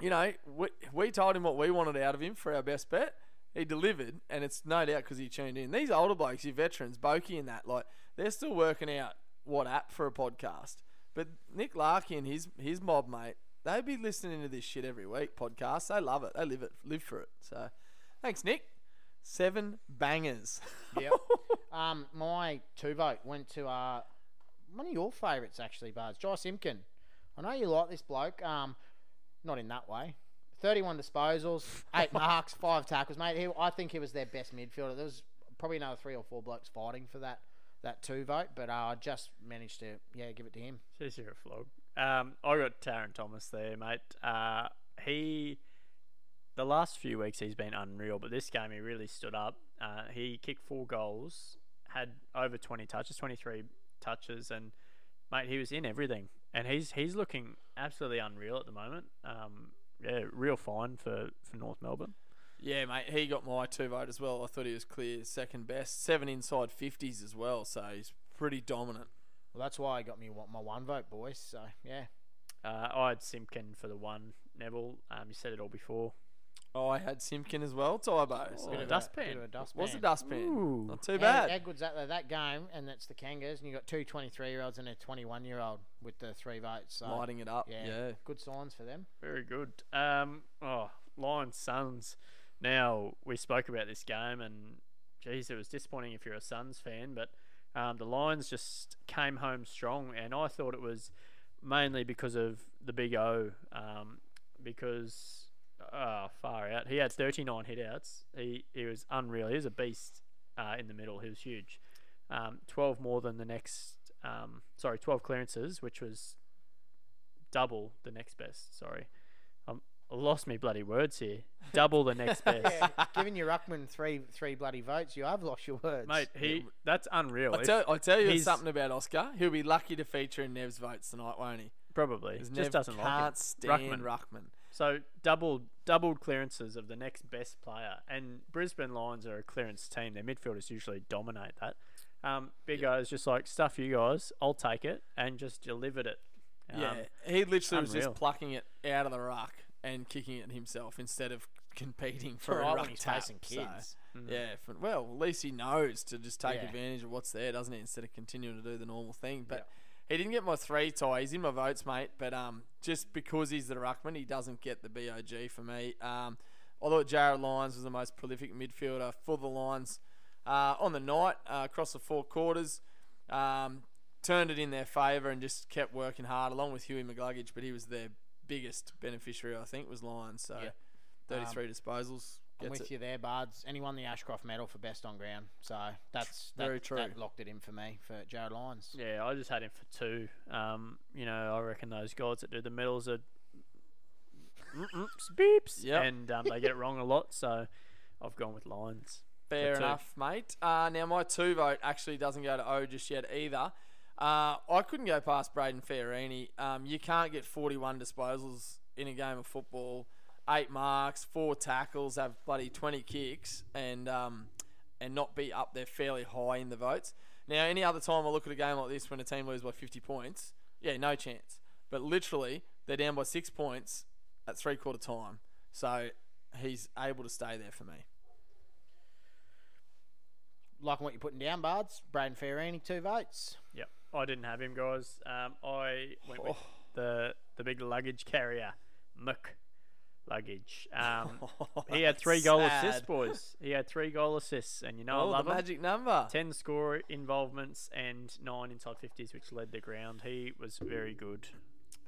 you know, we, we told him what we wanted out of him for our best bet. He delivered, and it's no doubt because he tuned in. These older blokes, your veterans, Bokey and that, like they're still working out what app for a podcast. But Nick Larky and his his mob mate, they be listening to this shit every week. Podcast, they love it. They live it, live for it. So, thanks, Nick. Seven bangers.
Yep. um, my two vote went to uh, one of your favourites actually, Bards, Josh Simpkin. I know you like this bloke. Um, not in that way. Thirty-one disposals, eight marks, five tackles, mate. He, I think he was their best midfielder. There was probably another three or four blokes fighting for that that two vote, but uh, I just managed to yeah give it to him.
Jeez, you're a flog. Um, I got Taron Thomas there, mate. Uh, he, the last few weeks he's been unreal, but this game he really stood up. Uh, he kicked four goals, had over twenty touches, twenty three touches, and mate, he was in everything. And he's he's looking absolutely unreal at the moment. Um, yeah, real fine for for North Melbourne.
Yeah, mate, he got my two vote as well. I thought he was clear second best. Seven inside 50s as well, so he's pretty dominant.
Well, that's why I got me one- my one vote, boys. So yeah,
Uh, I had Simpkin for the one Neville. Um, you said it all before.
Oh, I had Simpkin as well, Tybo. So
Oh,
it
dustpan.
bit of a dustpan.
was a dustpan.
Ooh.
Not too
How-
bad.
How good's that though? That game, and that's the Kangas, and you got two 23 year olds and a 21 year old with the three votes. So,
Lighting it up.
yeah,
Yeah.
good signs for them.
Very good. Um, oh, Lions Suns. Now we spoke about this game, and geez, it was disappointing if you're a Suns fan, but um, the Lions just came home strong, and I thought it was mainly because of the big O, um, because oh, far out. He had 39 hitouts. He he was unreal. He was a beast uh, in the middle. He was huge. Um, 12 more than the next. Um, sorry, 12 clearances, which was double the next best. Sorry, um, I lost me bloody words here. Double the next best.
Yeah, giving your ruckman three three bloody votes, you have lost your words,
Mate, he that's unreal.
I
If-
tell, I tell you
he's-
something about Oscar. He'll be lucky to feature in Nev's votes tonight, won't he?
probably
'Cause
just
Nev
doesn't
can't
like it.
stand Ruckman.
Ruckman. So doubled doubled clearances of the next best player, and Brisbane Lions are a clearance team. Their midfielders usually dominate that. Um, big guys just like stuff you guys. I'll take it and just delivered it. Um,
yeah, he literally was just
unreal.
plucking it out of the ruck and kicking it himself instead of competing for
for
a
all
ruck
Oh, when he's
tap.
facing
So,
kids. Mm-hmm.
Yeah, f- well, at least he knows to just take
Yeah.
advantage of what's there, doesn't he? Instead of continuing to do the normal thing. But he didn't get my three tie. He's in my votes, mate. But um, just because he's the ruckman, he doesn't get the BOG for me. Um, I thought Jared Lyons was the most prolific midfielder for the Lions uh, on the night uh, across the four quarters. Um, turned it in their favour and just kept working hard, along with Huey McGluggage. But he was their biggest beneficiary, I think, was Lyons. So,
Yeah.
33 disposals.
I'm
Gets
with
it.
you there, Bards. And he won the Ashcroft medal for best on ground. So that's that,
Very true.
That locked it in for me for Jared Lyons.
Yeah, I just had him for two. Um, you know, I reckon those guys that do the medals are mm-mm, beeps,
Yep.
and um, they get it wrong a lot. So I've gone with Lions.
Fair
two.
enough, mate. Uh, now my two vote actually doesn't go to O just yet either. Uh, I couldn't go past Braden Fiorini. Um, you can't get 41 disposals in a game of football, eight marks, four tackles, have bloody 20 kicks, and um, and not be up there fairly high in the votes. Now, any other time I look at a game like this when a team loses by 50 points, yeah, no chance. But literally, they're down by six points at three quarter time, so he's able to stay there for me.
Liking what you're putting down, Bards. Braden Ferrini, two votes.
Yep, I didn't have him, guys. Um, I went with
Oh.
the the big luggage carrier, Mick Luggage. Um, he had three goal assists,
Oh, Sad.
boys. He had three goal assists, and you know
Oh,
I love
the
him.
magic number.
Ten score involvements and nine inside fifties, which led the ground. He was very good.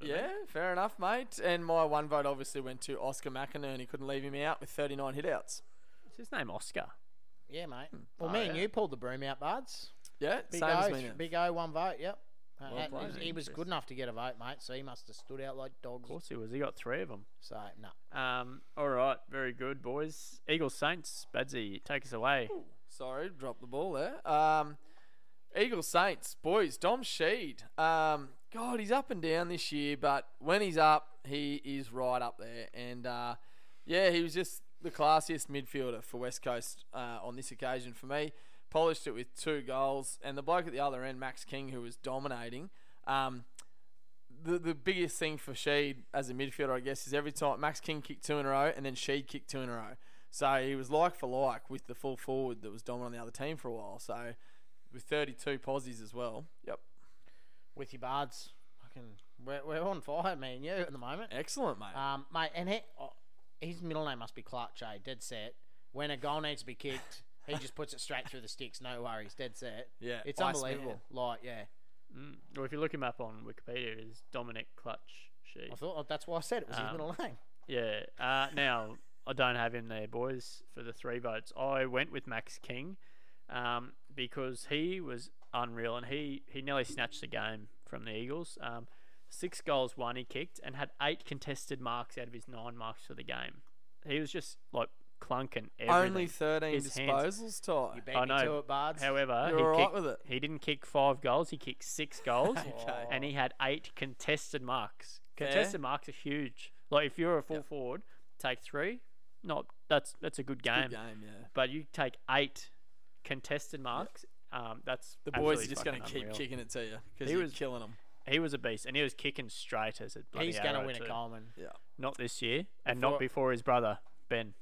Yeah, fair enough, mate. And my one vote obviously went to Oscar McInerney. Couldn't leave him out with 39 hitouts.
Is his name Oscar?
Yeah, mate. Well, me
Oh,
and
yeah.
you pulled the broom out, Bards.
Yeah,
Big
Hmm. same as
O,
me. now.
Big O, one vote. Yep. Uh,
Well
that-
played,
he was good
interesting.
enough to get a vote, mate. So he must have stood out like dogs.
Of course he was. He got three of them.
So no.
Um, all right, very good, boys. Eagles Saints, Badsy, take us away.
Sorry, dropped the ball there. Um, Eagle Saints, boys, Dom Sheed. Um, God, he's up and down this year, but when he's up, he is right up there. And uh, yeah, he was just the classiest midfielder for West Coast uh, on this occasion for me. Polished it with two goals, and the bloke at the other end, Max King, who was dominating. Um, the, the biggest thing for Sheed as a midfielder, I guess, is every time Max King kicked two in a row and then Sheed kicked two in a row. So he was like for like with the full forward that was dominant on the other team for a while. So with 32 posies as well. Yep.
With you, Bards. Fucking, we're, we're on fire, me and you, at the moment.
Excellent,
Ah,
mate.
Um, mate, and he, oh, his middle name must be Clark J. Dead set. When a goal needs to be kicked, he just puts it straight through the sticks. No worries. Dead set.
Yeah,
it's
Iceman.
unbelievable. Like, yeah,
Mm. Well, if you look him up on Wikipedia, it is Dominic Clutch Sheed.
I thought oh, that's why I said it was his
Um,
middle name.
Yeah. Uh, now I don't have him there, boys, for the three votes. I went with Max King, um, because he was unreal and he he nearly snatched the game from the Eagles. Um, six goals, one he kicked, and had eight contested marks out of his nine marks for the game. He was just like clunking everything.
Only 13
His hands.
disposals, Ty.
You beat
I
me to
know.
it, Bards.
However,
You're
he,
all right
kicked,
with it.
he didn't kick five goals. He kicked six goals,
Okay.
and he had eight contested marks. Contested marks are huge. Like if you're a full forward, take three. Not that's that's a good
Good
game.
game, yeah.
But you take eight contested marks. Um, that's
The boys are
absolutely
just going to
fucking
keep
unreal.
kicking it to you because
He
he was
was-
killing them.
He was a beast, and he was kicking straight as a bloody
He's going to
arrow
win
too.
a Coleman.
Yeah.
Not this year, and
Before-
not before his brother Ben.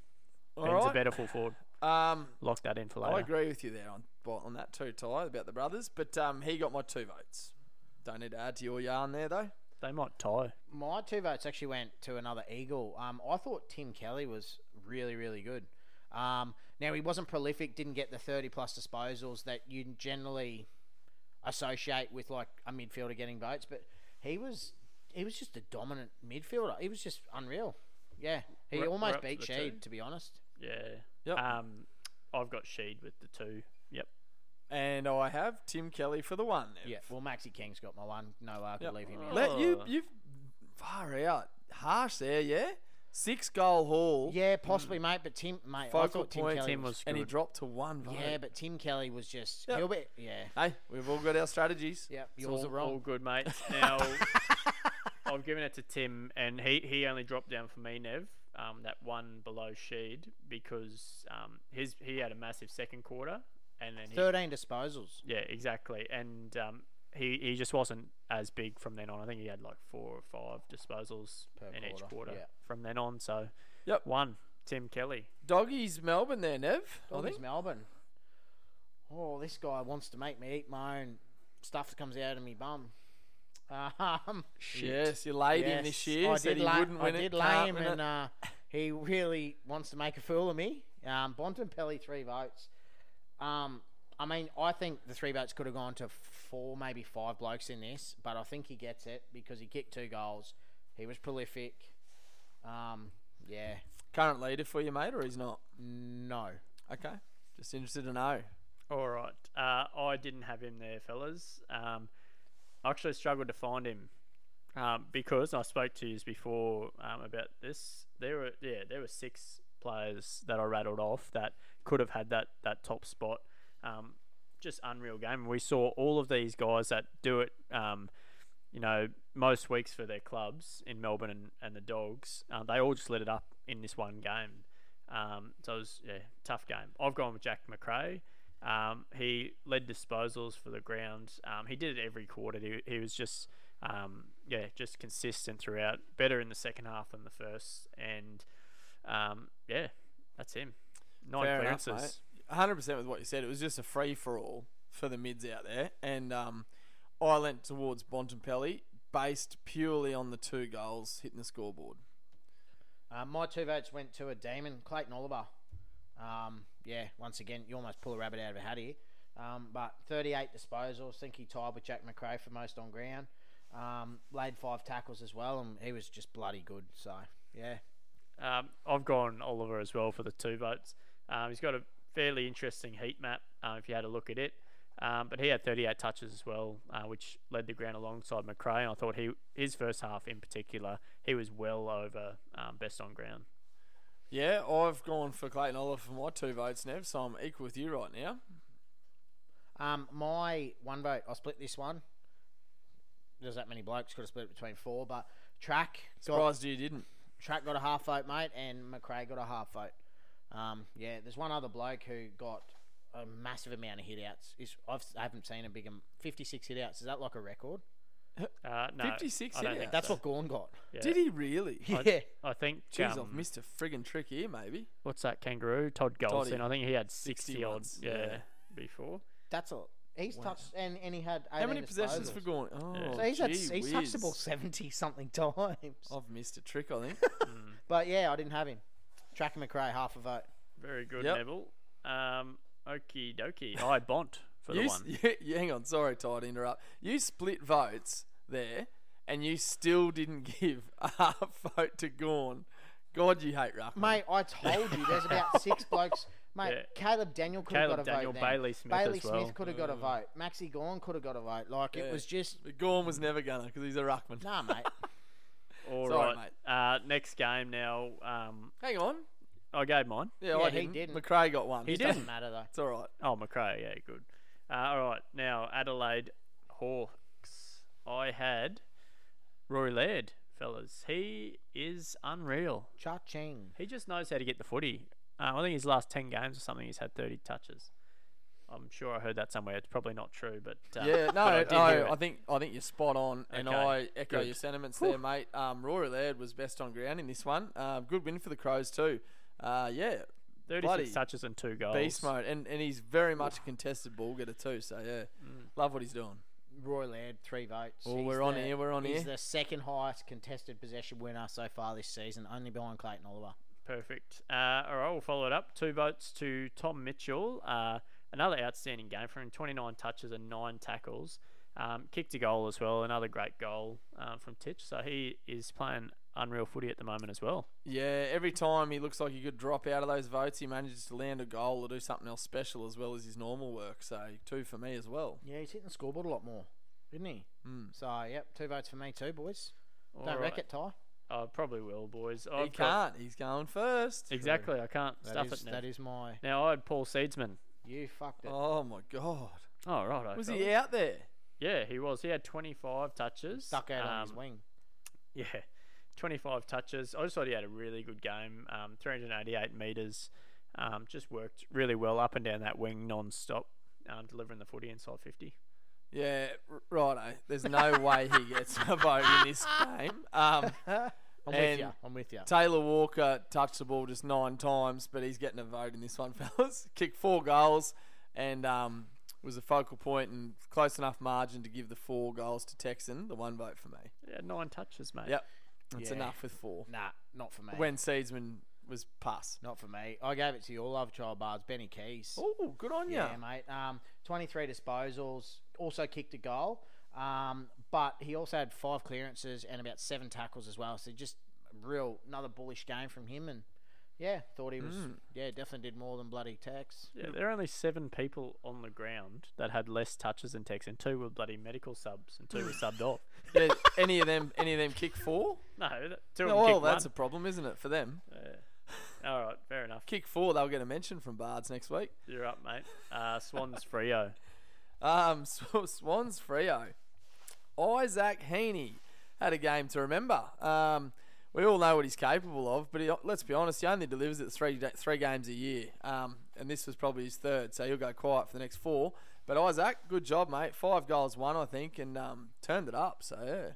All
Ben's a
right.
better full forward.
Um,
Lock that in for later.
I agree with you there on on that too, Ty, about the brothers. But um, he got my two votes. Don't need to add to your yarn there, though.
They might tie.
My two votes actually went to another Eagle. Um, I thought Tim Kelly was really, really good. Um, now he wasn't prolific, didn't get the thirty plus disposals that you generally associate with like a midfielder getting votes, but he was he was just a dominant midfielder. He was just unreal. Yeah, he
We're- we're
almost
up to
beat
the two.
Sheed, to be honest.
Yeah.
Yep.
Um, I've got Sheed with the two. Yep.
And I have Tim Kelly for the one. Nev.
Yeah, well, Maxi King's got my one. No, I could
Yep. Mm.
leave him in.
Let you
Oh.
you far out harsh there, yeah. Six goal haul.
Yeah, possibly, mate. But Tim, mate, I
Focal
thought Tim
point,
Kelly
Tim
was.
was
and he
good.
dropped to one vote.
Yeah, but Tim Kelly was just.
Yep.
He'll be, yeah.
Hey, we've all got our strategies.
Yep.
It's
Yours
all,
are wrong.
all good, mate. Now, I've given it to Tim, and he, he only dropped down for me, Nev, um, that one below Sheed, because um, his he had a massive second quarter, and then he,
Thirteen disposals.
yeah, exactly, and um, he he just wasn't as big from then on. I think he had like four or five disposals
Per
in each
quarter,
quarter
yeah.
from then on. So,
Yep.
one Tim Kelly.
Doggies Melbourne there, Nev.
Oh,
I
there's
think.
Melbourne. Oh, this guy wants to make me eat my own stuff that comes out of me bum. Um,
Yes, you laid him this year.
I
said
did
he
lay,
wouldn't
I
win it.
did lay
can't
him,
win it.
and uh, he really wants to make a fool of me. Um, Bontempelli three votes. Um, I mean, I think the three votes could have gone to four, maybe five blokes in this, but I think he gets it because he kicked two goals. He was prolific. Um, yeah,
Current leader for you, mate, or he's not?
no.
Okay. Just interested to know.
All right. Uh, I didn't have him there, fellas. Um, I actually struggled to find him um, because I spoke to you before um, about this. There were yeah, there were six players that I rattled off that could have had that that top spot. Um, just unreal game. We saw all of these guys that do it. Um, you know, most weeks for their clubs in Melbourne and, and the Dogs, uh, they all just lit it up in this one game. Um, so it was yeah, tough game. I've gone with Jack McRae. Um, he led disposals for the ground. Um, he did it every quarter. He, he was just um, yeah, just consistent throughout. Better in the second half than the first, and um, yeah, that's him. Nine
Fair enough,
clearances.
mate. 100% with what you said. It was just a free for all for the mids out there. And um, I leant towards Bontempelli based purely on the two goals hitting the scoreboard.
Uh, my two votes went to a demon, Clayton Oliver. Um, yeah, once again, you almost pull a rabbit out of a hat here. Um, but 38 disposals. think he tied with Jack McRae for most on ground. Um, laid five tackles as well, and he was just bloody good. So, yeah.
Um, I've gone Oliver as well for the two votes. Um, he's got a fairly interesting heat map uh, if you had a look at it. Um, but he had 38 touches as well, uh, which led the ground alongside McRae. And I thought he his first half in particular, he was well over um, best on ground.
Yeah, I've gone for Clayton Oliver for my two votes, Nev, so I'm equal with you right now.
Um, my one vote, I split this one. There's that many blokes, could have split it between four, but Track got,
Surprised you didn't.
Track got a half vote, mate, and McRae got a half vote. Um, yeah, there's one other bloke who got a massive amount of hitouts. Is I've, I haven't seen a big am- 56 hitouts. Is that like a record?
Uh, no,
56
I don't
hit
think
outs.
That's what Gorn got.
yeah.
Did he really?
I-
Yeah.
I think.
Jeez, I've
um,
missed a friggin' trick here, maybe.
What's that kangaroo? Todd Goldstein.
Toddy.
I think he had 60 odd.
once,
Yeah,
yeah.
before.
That's a he's touched and, and he had
How many possessions for
Gorn?
Gorn? Oh,
Yeah.
So he's had,
gee
he's touched the
whiz.
ball seventy something times.
I've missed a trick, I think.
But yeah, I didn't have him. Track McRae half a vote.
Very good,
Yep.
Neville. Um, okie dokie. I Bont for
you,
the
s-
one.
you, you- hang on, sorry, Todd, to interrupt. You split votes there, and you still didn't give a half vote to Gorn. God, you hate Ruckman.
Mate, I told you there's about six blokes. Mate,
Yeah.
Caleb Daniel could
Caleb
have got a
Daniel,
vote. then.
Bailey Smith
Bailey
as well. Mm.
Smith could have got a vote. Maxi Gorn could have got a vote. Like
Yeah.
it was just
But Gorn was never gonna because he's a Ruckman.
nah, mate.
All right.
Sorry,
Uh, next game now. Um, oh,
Hang on.
I gave mine.
Yeah,
Yeah,
I
he
didn't.
didn't.
McRae got one.
He
It
did.
doesn't
didn't.
matter though.
It's all right.
Oh, McRae. Yeah, good. Uh, all right. Now, Adelaide Hawks. I had Rory Laird, fellas. He is unreal.
Cha ching.
He just knows how to get the footy. Um, I think his last 10 games or something, he's had 30 touches. I'm sure I heard that somewhere. It's probably not true, but. Uh,
Yeah,
but
no,
I
I,
did hear
no,
it.
I think I think you're spot on, and
Okay,
I echo
good.
your sentiments there, mate. Um, Rory Laird was best on ground in this one. Um, good win for the Crows too. Uh, yeah,
36
bloody
touches and two goals.
beast mode, and, and he's very much a contested ball getter too. So yeah,
Mm.
love what he's doing.
Roy Laird, three votes.
Oh,
He's
we're on
the-
here, we're on
he's
here.
the second highest contested possession winner so far this season, only behind Clayton Oliver.
Perfect. Uh, all right, we'll follow it up. Two votes to Tom Mitchell. Uh, another outstanding game for him. 29 touches and nine tackles. Um, kicked a goal as well, another great goal um, from Titch. So he is playing unreal footy at the moment as well.
Yeah, every time he looks like he could drop out of those votes, he manages to land a goal or do something else special as well as his normal work. So two for me as well.
Yeah, he's hitting the scoreboard a lot more, didn't he?
Mm.
So, yep, two votes for me too, boys. Don't
All
wreck
right.
it, Ty.
I probably will, boys.
He
I've
can't.
got-
He's going first.
Exactly. I can't
That
stuff
is,
it now.
that is my.
Now I had Paul Seedsman.
You fucked it.
Oh my god.
Oh right.
Was he out there?
Yeah, he was. He had 25 touches.
Stuck out on his
Um,
wing.
Yeah, 25 touches. I just thought he had a really good game. Um, 388 meters. Um, just worked really well up and down that wing non-stop, um, delivering the footy inside 50.
Yeah, r- righto. There's no way he gets a vote in this game. Um,
I'm
and
with you. I'm with you.
Taylor Walker touched the ball just nine times, but he's getting a vote in this one, fellas. Kicked four goals and um, was a focal point and close enough margin to give the four goals to Texan. The one vote for me.
Yeah, nine touches, mate.
Yep, it's
Yeah.
enough with four.
nah, not for me.
When Seedsman was pass.
not for me. I gave it to your love child, Bards, Benny Keys.
Oh, good on you.
Yeah, mate. Um, 23 disposals, also kicked a goal. Um, but he also had five clearances and about seven tackles as well. So just real another bullish game from him. And yeah, thought he was yeah definitely did more than bloody Tex.
Yeah, there are only seven people on the ground that had less touches than Tex, and two were bloody medical subs, and two were subbed off.
Did any of them? Any of them kick four?
No, that, two
No,
of them
well,
kicked
Oh, that's a
one.
problem, isn't it, for them?
Yeah. All right, fair enough.
Kick four, they'll get a mention from Bards next week.
You're up, mate. Uh, Swans Frio.
Um, Sw- Swans Frio. Isaac Heaney had a game to remember. Um, we all know what he's capable of, but he, let's be honest, he only delivers it three da- three games a year, um, and this was probably his third, so he'll go quiet for the next four. But Isaac, good job, mate. Five goals, one I think, and um, turned it up. So yeah.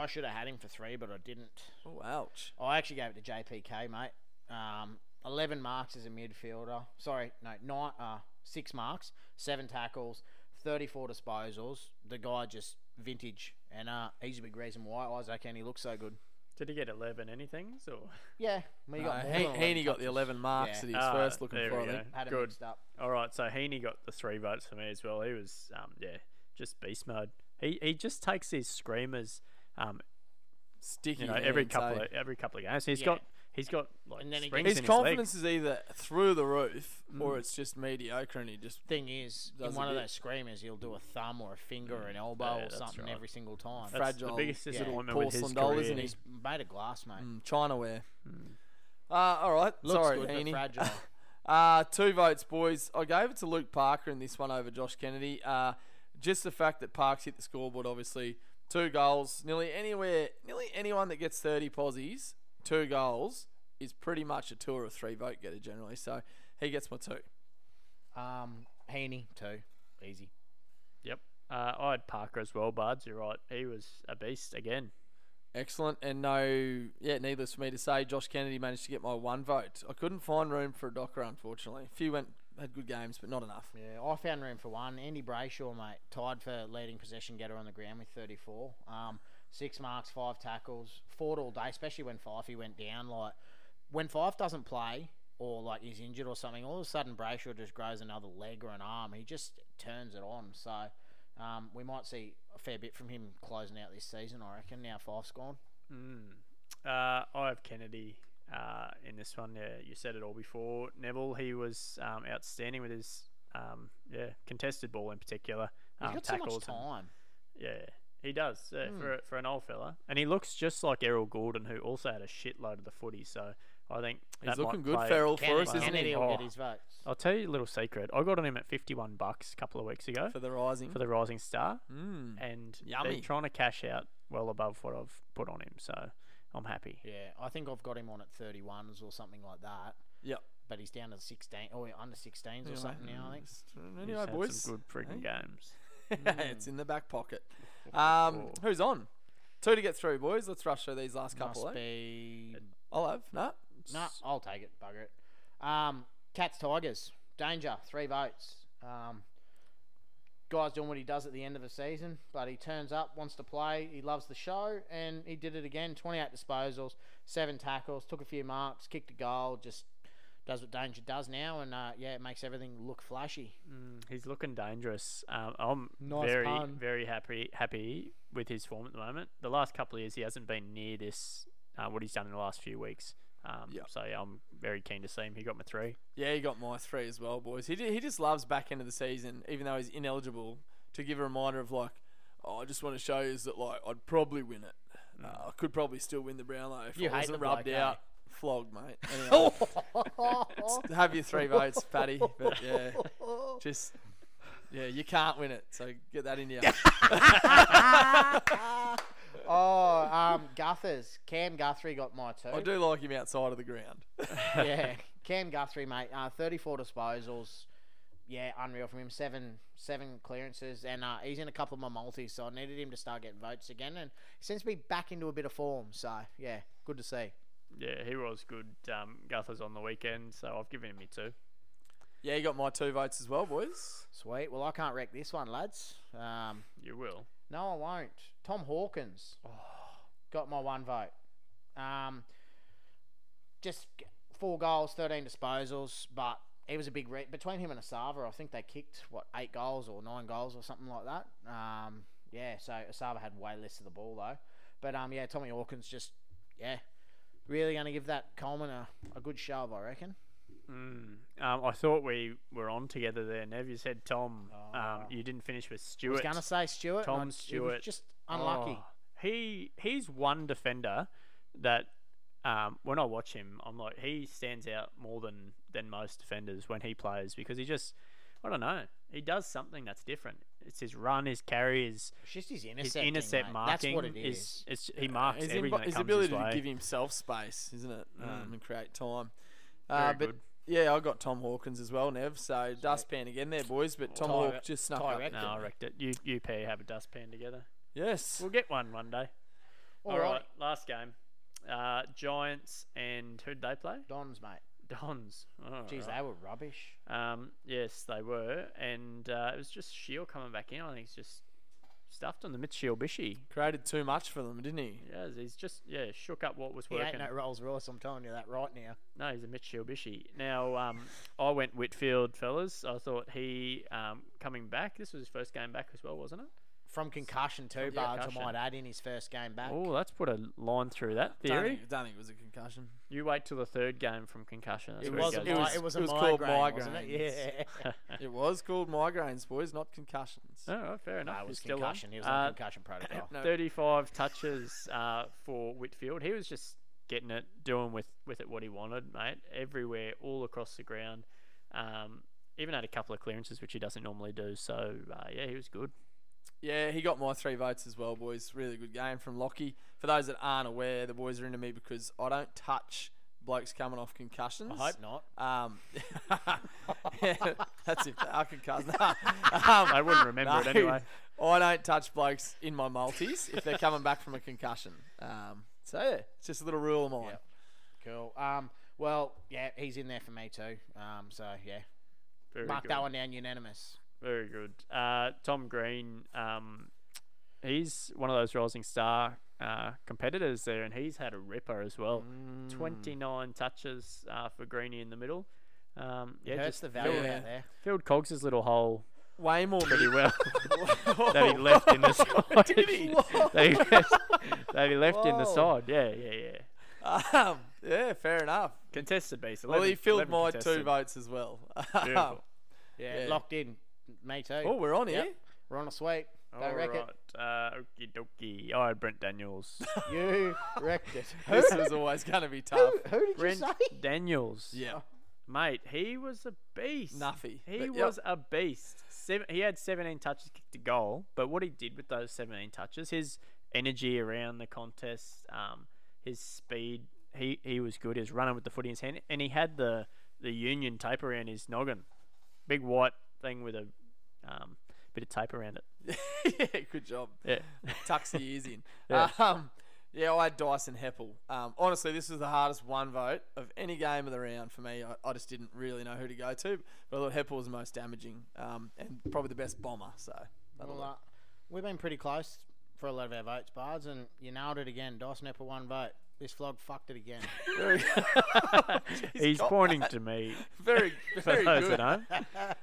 I should have had him for three, but I didn't.
Oh, ouch.
I actually gave it to JPK, mate. Um, 11 marks as a midfielder. Sorry, no, nine, uh, six marks, seven tackles, 34 disposals. The guy just vintage, and uh, he's a big reason why Isaac and he looks so good.
Did he get 11 anythings? Or?
Yeah, we got
Uh,
more
He-
than
Heaney got the
touches.
11 marks
Yeah.
that he was
Ah,
first looking
there
for,
we
I
go.
think.
Had him
Good.
mixed up.
All right, so Heaney got the three votes for me as well. He was, um, yeah, just beast mode. He he just takes these screamers, um,
Sticky.
you know, every
hands,
couple
eh?
of every couple of games. He's
Yeah.
got he's got like
And then he
springs
gets-
His Mm.
in his leg.
confidence is either through the roof or it's just mediocre and he just
Thing is, in
Does Mm. a
one of
bit.
those screamers, he'll do a thumb or a finger or an
Yeah,
elbow or
that's
something
right.
every single time.
That's
fragile,
the biggest disappointment with his
porcelain doll,
career.
isn't
and he's made of glass, mate.
Mm, Chinaware. Uh, all right.
Looks
Sorry,
good, but
Heaney.
fragile.
Uh, two votes, boys. I gave it to Luke Parker in this one over Josh Kennedy. Uh, just the fact that Parks hit the scoreboard, obviously. Two goals. Nearly anywhere, nearly anyone that gets 30 posies, two goals, is pretty much a two or a three vote getter generally. So he gets my two.
um, Heaney, too. Easy.
Yep. Uh, I had Parker as well, Bards. You're right. He was a beast again.
Excellent. And no, yeah, needless for me to say, Josh Kennedy managed to get my one vote. I couldn't find room for a Docker, unfortunately. A few went had good games, but not enough.
Yeah, I found room for one. Andy Brayshaw, mate, tied for leading possession getter on the ground with 34. Um, six marks, five tackles, Ford all day, especially when Fifey went down. Like, when Fife doesn't play or, like, he's injured or something, all of a sudden Brayshaw just grows another leg or an arm. He just turns it on. So, um, we might see a fair bit from him closing out this season, I reckon, now Fife's gone. Mm.
Uh, I have Kennedy uh, in this one. Yeah, you said it all before. Neville, he was um, outstanding with his um, yeah contested ball in particular.
He's
Ah,
Um,
got so much
tackles and-
time.
Yeah, he does yeah, for for an old fella, and he looks just like Errol Gordon, who also had a shitload of the footy. So I think
He's
that might
looking good,
play-
Farrell, for
Kennedy,
us, isn't
Kennedy
he?
it?
will
Oh.
get his votes.
I'll tell you a little secret. I got on him at fifty-one bucks a couple of weeks ago
For the rising.
for the Rising Star,
Hmm.
Mm.
and
Yummy.
they're trying to cash out well above what I've put on him. So I'm happy.
Yeah, I think I've got him on at 31s or something like that.
Yep.
but he's down to 16 or under 16s or something now, I think.
He's
Mm. Anyway,
had
boys,
some good friggin' games.
Hmm.
it's in the back pocket. Um, who's on? Two to get through, boys. Let's rush through these last couple.
Must
Eh?
be.
I'll have no.
No, I'll take it. Bugger it. Um, Cats Tigers danger three votes. Um, guy's doing what he does at the end of the season, but he turns up, wants to play, he loves the show, and he did it again. Twenty eight disposals, seven tackles, took a few marks, kicked a goal, just does what Danger does now, and uh, yeah, it makes everything look flashy.
Mm, he's looking dangerous. Um, I'm
Nice
very,
pun.
very happy happy with his form at the moment. The last couple of years, he hasn't been near this uh, what he's done in the last few weeks. Um,
Yep.
So yeah, I'm very keen to see him. He got my three.
Yeah, he got my three as well, boys. He, ju- he just loves back end of the season, even though he's ineligible, to give a reminder of like, oh, I just want to show you that like I'd probably win it. Uh, I could probably still win the Brownlow if
Hmm. You
I
hate
wasn't
the
rubbed
bloke, eh?
out, flogged, mate. Anyway, have your three votes, Paddy. But yeah, just yeah, you can't win it, so get that in you.
oh, um, Guthers. Cam Guthrie got my two.
I do like him outside of the ground.
yeah, Cam Guthrie, mate. Uh, Thirty-four disposals. Yeah, unreal from him. Seven, seven clearances, and uh, he's in a couple of my multis, so I needed him to start getting votes again. And he seems to be back into a bit of form, so yeah, good to see.
Yeah, he was good. Um, Guthers on the weekend, so I've given him me two.
Yeah, he got my two votes as well, boys.
Sweet. Well, I can't wreck this one, lads. Um,
You will.
no, I won't. Tom Hawkins
Oh.
got my one vote. Um, just g- four goals, thirteen disposals, but he was a big re- between him and Asava. I think they kicked what eight goals or nine goals or something like that. Um, yeah, so Asava had way less of the ball though. But um, yeah, Tommy Hawkins just yeah, really going to give that Coleman a, a good shove, I reckon.
Mm. Um, I thought we were on together there. Nev, you said Tom. Um, you didn't finish with
I was
Stewart.
going to say Stewart. and
Tom
I- it was
Stewart.
just unlucky.
Oh, he he's one defender that um, when I watch him, I'm like he stands out more than than most defenders when he plays because he just I don't know he does something that's different. It's his run, his carry, his,
It's just his
his
intercepting.
intercept
mate.
marking.
That's what it is.
It's, he marks
Uh, His,
everything
imbo-
that
his
comes
ability
his way. Mm.
to give himself space, isn't it, um, and create time.
Very
Uh, but
good.
yeah, I got Tom Hawkins as well, Nev. So dustpan again there, boys. But Tom
Ty-
Hawk just snuck
Ty
up.
Reck-
no, I wrecked it. You you pair have a dustpan together.
Yes.
We'll get one one day. All right, last game. Uh, Giants and who'd they play?
Don's mate.
Dons. Oh, All
Jeez,
right.
they were rubbish.
Um, yes, they were, and uh, it was just Shield coming back in. I think he's just stuffed on the mid Shield Bishy.
Created too much for them, didn't he?
Yeah, he's just yeah shook up what was
He ain't
working.
no Rolls Royce. I'm telling you that right now.
No, he's a mid Shield Bishy. Now um, I went Whitfield fellas. I thought he um, coming back. This was his first game back as well, wasn't it?
From concussion too,
Yeah,
Bards, I
concussion.
might add in his first game back.
Oh, that's put a line through that
Don't
theory.
think, don't think it was a concussion.
You wait till the third game from concussion. That's
It
where
was
goes
a
wrong.
was- it was called migraines.
Yeah.
It was called migraines, boys, not concussions.
All right, fair enough.
no, it
He's
was
still on.
concussion. He was
Uh,
on concussion protocol.
No.
35 touches uh, for Whitfield. He was just getting it, doing with, with it what he wanted, mate. Everywhere, all across the ground. Um, even had a couple of clearances, which he doesn't normally do. So, uh, yeah, he was good.
Yeah, he got my three votes as well, boys. Really good game from Lockie. For those that aren't aware, the boys are into me because I don't touch blokes coming off concussions.
I hope not.
Um, yeah, that's it. I can cast. um,
I wouldn't remember it anyway.
I don't touch blokes in my multis if they're coming back from a concussion. Um, so yeah, it's just a little rule of mine.
Yep. Cool. Um, well, yeah, he's in there for me too. Um, so yeah,
Very
mark
good.
that one down unanimous.
Very good. Uh, Tom Green, um, he's one of those rising star uh, competitors there, and he's had a ripper as well.
Mm.
29 touches uh, for Greeny in the middle. Um, yeah,
Hurts
just
the value
yeah.
out there.
filled Cogs's little hole
Way more
pretty
mid-
well. that he left in the side.
Did he?
that he left, that he left in the
Whoa.
side. Yeah, yeah, yeah.
um, yeah, fair enough.
Contested beast.
Well, he filled my two votes as well.
Beautiful.
Yeah,
Yeah.
locked in. Me too.
oh, we're on here.
Yep. We're on a sweep. Go wreck it.
Uh, okie dokie. I had Brent Daniels.
You wrecked it. Who,
This was always going to be tough.
who did
Brent
you say?
Daniels.
Yeah.
Mate, he was a beast.
Nuffy,
He
but yep.
was a beast. Seven, he had 17 touches, kicked a goal, but what he did with those 17 touches, his energy around the contest, um, his speed, he, he was good. He was running with the foot in his hand, and he had the, the union tape around his noggin. Big white thing with a um, bit of tape around it.
yeah, good job.
Yeah.
tucks the ears in.
Yeah.
Um, yeah, I had Dyson Heppel. Um, honestly, this was the hardest one vote of any game of the round for me. I, I just didn't really know who to go to, but I thought Heppel was the most damaging um, and probably the best bomber. So that'll
Well,
do.
uh, we've been pretty close for a lot of our votes, Bards, and you nailed it again. Dice Nepper one vote. This vlog fucked it again.
Very,
He's
got
pointing to me.
very,
For
Oh, very
those
good.
that know.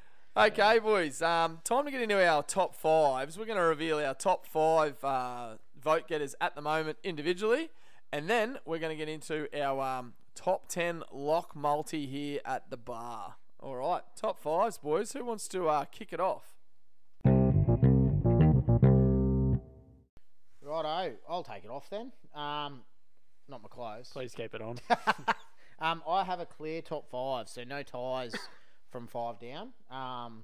Okay, boys. Um, time to get into our top fives. We're going to reveal our top five uh, vote getters at the moment individually, and then we're going to get into our um, top ten lock multi here at the bar. All right, top fives, boys. Who wants to uh, kick it off?
Righto, I'll take it off then. Um, not my clothes.
Please keep it on.
um, I have a clear top five, so no ties from five down. Um,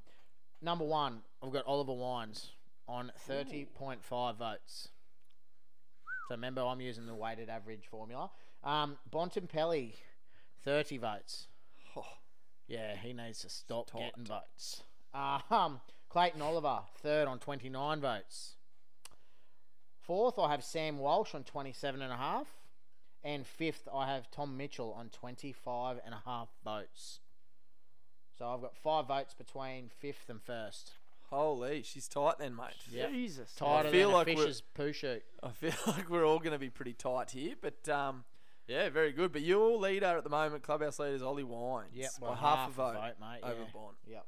number one, I've got Oliver Wines on 30.5 votes. So remember, I'm using the weighted average formula. Um, Bontempelli, 30 votes.
Oh.
Yeah, he needs to stop getting votes. Uh, um, Clayton Oliver, third on 29 votes. Fourth, I have Sam Walsh on 27 and a half. And fifth, I have Tom Mitchell on 25 and a half votes. So I've got five votes between fifth and first.
Holy, she's tight then, mate.
Jesus.
Tighter
feel
than
like
a
we're-
fish's poo shoot.
I feel like we're all going to be pretty tight here, but um, yeah, very good. But your leader at the moment, clubhouse leader, is Ollie Wines.
Yep,
by
by
half,
half
a
a
vote,
vote, mate,
over
yeah.
Bond.
Yep.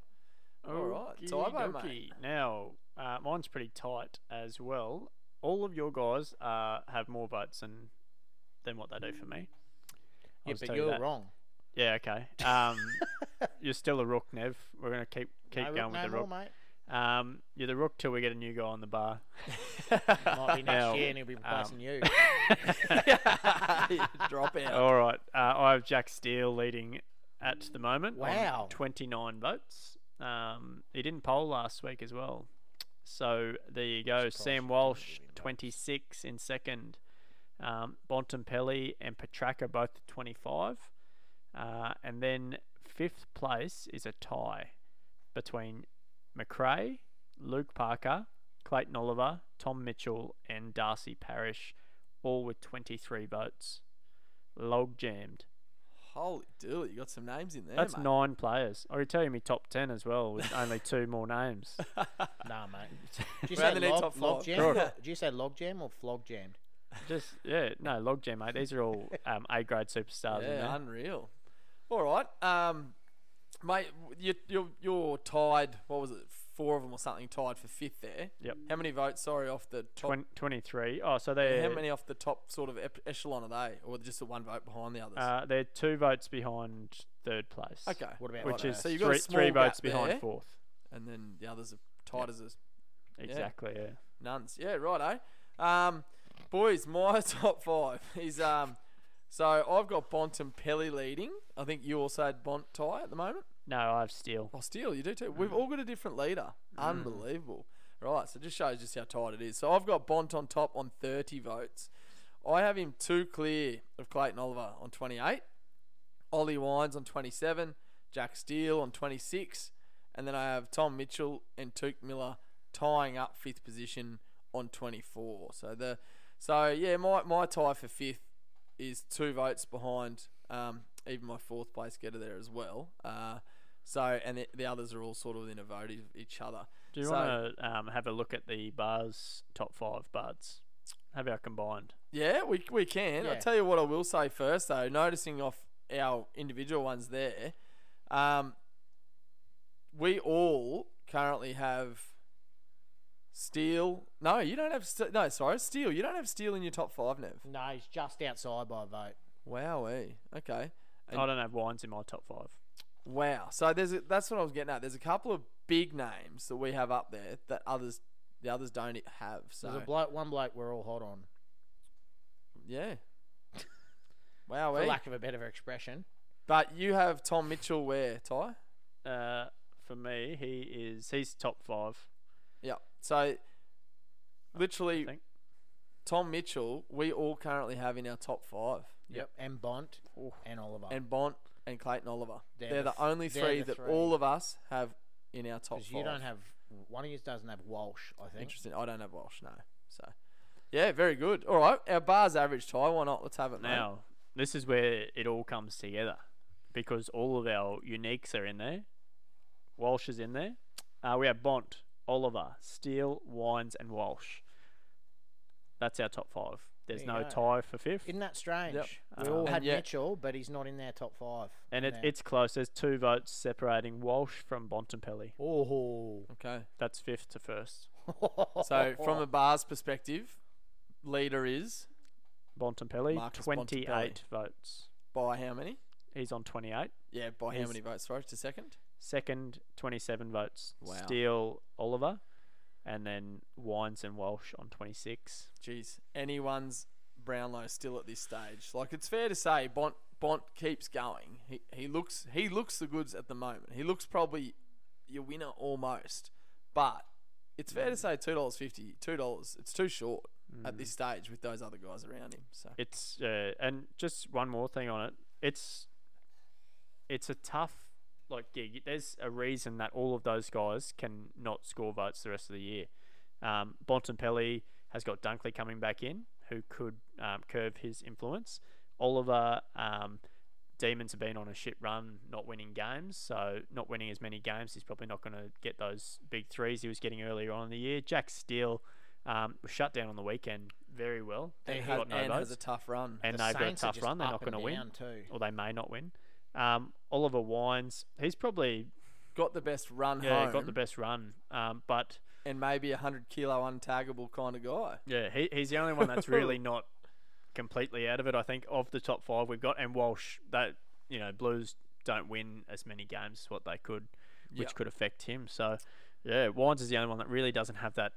All right, Tybo, mate.
Okey-dokey. Now, uh, mine's pretty tight as well. All of your guys uh, have more votes than than what they do for me. I'll
Yeah,
just
but
tell you
you're
that.
wrong.
Yeah, okay. Um, you're still a rook, Nev. We're gonna keep keep
No rook
going with
no
the rook.
more, mate.
Um, you're the rook till we get a new guy on the bar.
Might be next
Now,
year and he'll be replacing
um,
you.
Drop out.
All right. Uh, I have Jack Steele leading at the moment. on
Wow.
29 votes. Um, he didn't poll last week as well. So there you go.
Surprised he
Sam
didn't
Walsh,
get any votes.
26 in second. Um, Bontempelli and Petraka both at 25. Uh, and then fifth place is a tie between McRae, Luke Parker, Clayton Oliver, Tom Mitchell, and Darcy Parish, all with 23 votes. Log jammed.
Holy dooly, you got some names in there.
That's
mate.
nine players. I could tell you my top 10 as well, with only two more names.
nah, mate. Did you
We're
say
only
log,
top
log
five.
jam?
Sure.
or- Did you say log jam or flog jammed?
Just, yeah, no, log jam, mate. These are all um, A grade superstars. in there.
Yeah, unreal. All right, um, mate, you, you're you're tied. What was it? Four of them or something tied for fifth there.
Yep.
How many votes? Sorry, off the top.
Twen- 23. Oh, so they're,
How many off the top sort of ep- echelon are they, or just the one vote behind the others?
uh, they're two votes behind third place.
okay.
What about
Which
Righto.
is
So you've got a
three,
small
three
gap
votes behind
there.
fourth.
and then the others are tied as a
Exactly, yeah.
Nuns. Yeah, right, eh? Um, boys, my top five is um, so I've got Bontempelli leading. I think you also had Bont tie at the moment.
No, I have Steele.
Oh, Steele, you do too. We've all got a different leader. Unbelievable. Right, so just shows just how tight it is. So I've got Bont on top on 30 votes. I have him two clear of Clayton Oliver on 28, Ollie Wines on 27, Jack Steele on 26, and then I have Tom Mitchell and Took Miller tying up fifth position on 24. So the so yeah, my, my tie for fifth is two votes behind um, even my fourth place getter there as well. Uh, so and the, the others are all sort of within a vote of each other.
Do you
So-
want to um, have a look at the bars top five bards? Have our combined.
Yeah, we, we can. I'll
Yeah.
tell you what I will say first, though. Noticing off our individual ones there, um, we all currently have Steel. No, you don't have. St- no, sorry, Steel. You don't have Steel in your top five, Nev.
No, he's just outside by a vote.
Wowee. Okay. And-
I don't have wines in my top five.
Wow. So there's a, that's what I was getting at. There's a couple of big names that we have up there that others the others don't have.
There's
So
a bloke, one bloke we're all hot on,
yeah. Wow. eh?
for lack of a better expression.
But you have Tom Mitchell where, Ty?
Uh, for me, he is he's top five.
Yeah. So
I
literally
think.
Tom Mitchell, we all currently have in our top five.
Yep. And Bont and Oliver.
And Bont and Clayton Oliver. They're,
They're
the,
the th-
only
they're
three
the
that
three.
all of us have in our top
because
five.
you don't have one of you doesn't have Walsh, I think.
interesting. I don't have Walsh, no. So yeah, very good. All right. Our bar's average, Ty. Why not? Let's have it, mate.
Now, this is where it all comes together because all of our uniques are in there. Walsh is in there. Uh, we have Bont, Oliver, Steele, Wines, and Walsh. That's our top five. There's
There
no
you
tie for fifth,
Isn't that strange? We
Um,
all
And
had
yet-
Mitchell, but he's not in their top five.
and it,
Yeah.
it's close. There's two votes separating Walsh from Bontempelli.
Oh.
Okay.
That's fifth to first.
So from a bar's perspective, leader is
Bontempelli,
Marcus
28
Bontempelli.
votes.
by how many?
He's on 28.
Yeah, by how
Yes.
many votes? Sorry, to second.
Second, 27 votes.
Wow.
Steele, Oliver, and then Wines and Walsh on 26.
Jeez, anyone's Brownlow still at this stage. Like it's fair to say, Bont Bont keeps going. He he looks he looks the goods at the moment. He looks probably your winner almost, but it's fair
Mm.
to say two dollars fifty, two dollars. It's too short at this stage with those other guys around him. So
It's uh, and just one more thing on it. It's it's a tough like gig. There's a reason that all of those guys can not score votes the rest of the year. Um, Bontempelli has got Dunkley coming back in, who could um, curb his influence. Oliver um, Demons have been on a shit run, not winning games, so not winning as many games. He's probably not going to get those big threes he was getting earlier on in the year. Jack Steele um, was shut down on the weekend very well.
and,
he
ha-
got no
and
votes
has a tough run.
and
The
they've got a
Saints are
tough
just
run. They're
up
not
and
going to win,
down too.
or they may not win. Um, Oliver Wines, he's probably
got the best run
yeah,
home.
got the best run, um, but
and maybe a hundred kilo untaggable kind of guy.
yeah, he, he's the only one that's really not completely out of it. I think of the top five we've got, and Walsh that you know Blues don't win as many games as what they could, which
Yeah.
could affect him. So yeah, Wines is the only one that really doesn't have that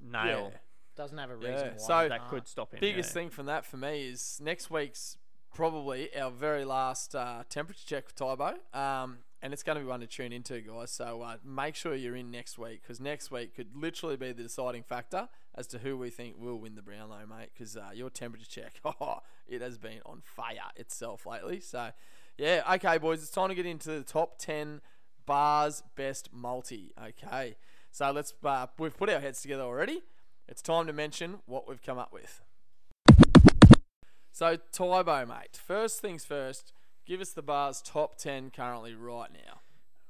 nail
Yeah.
Doesn't have a
Yeah,
reason why.
so-
they
that
can't.
could stop him.
Biggest
yeah.
thing from that for me is next week's probably our very last uh, temperature check with Tybo. Um, and it's going to be one to tune into, guys. So uh, make sure you're in next week because next week could literally be the deciding factor as to who we think will win the Brownlow, mate. Because uh, your temperature check, oh, it has been on fire itself lately. So, yeah, okay, boys, it's time to get into the top 10 bars best multi. Okay, so let's, uh, we've put our heads together already. It's time to mention what we've come up with. So Tybo, mate. First things first. Give us the bar's top ten currently right now.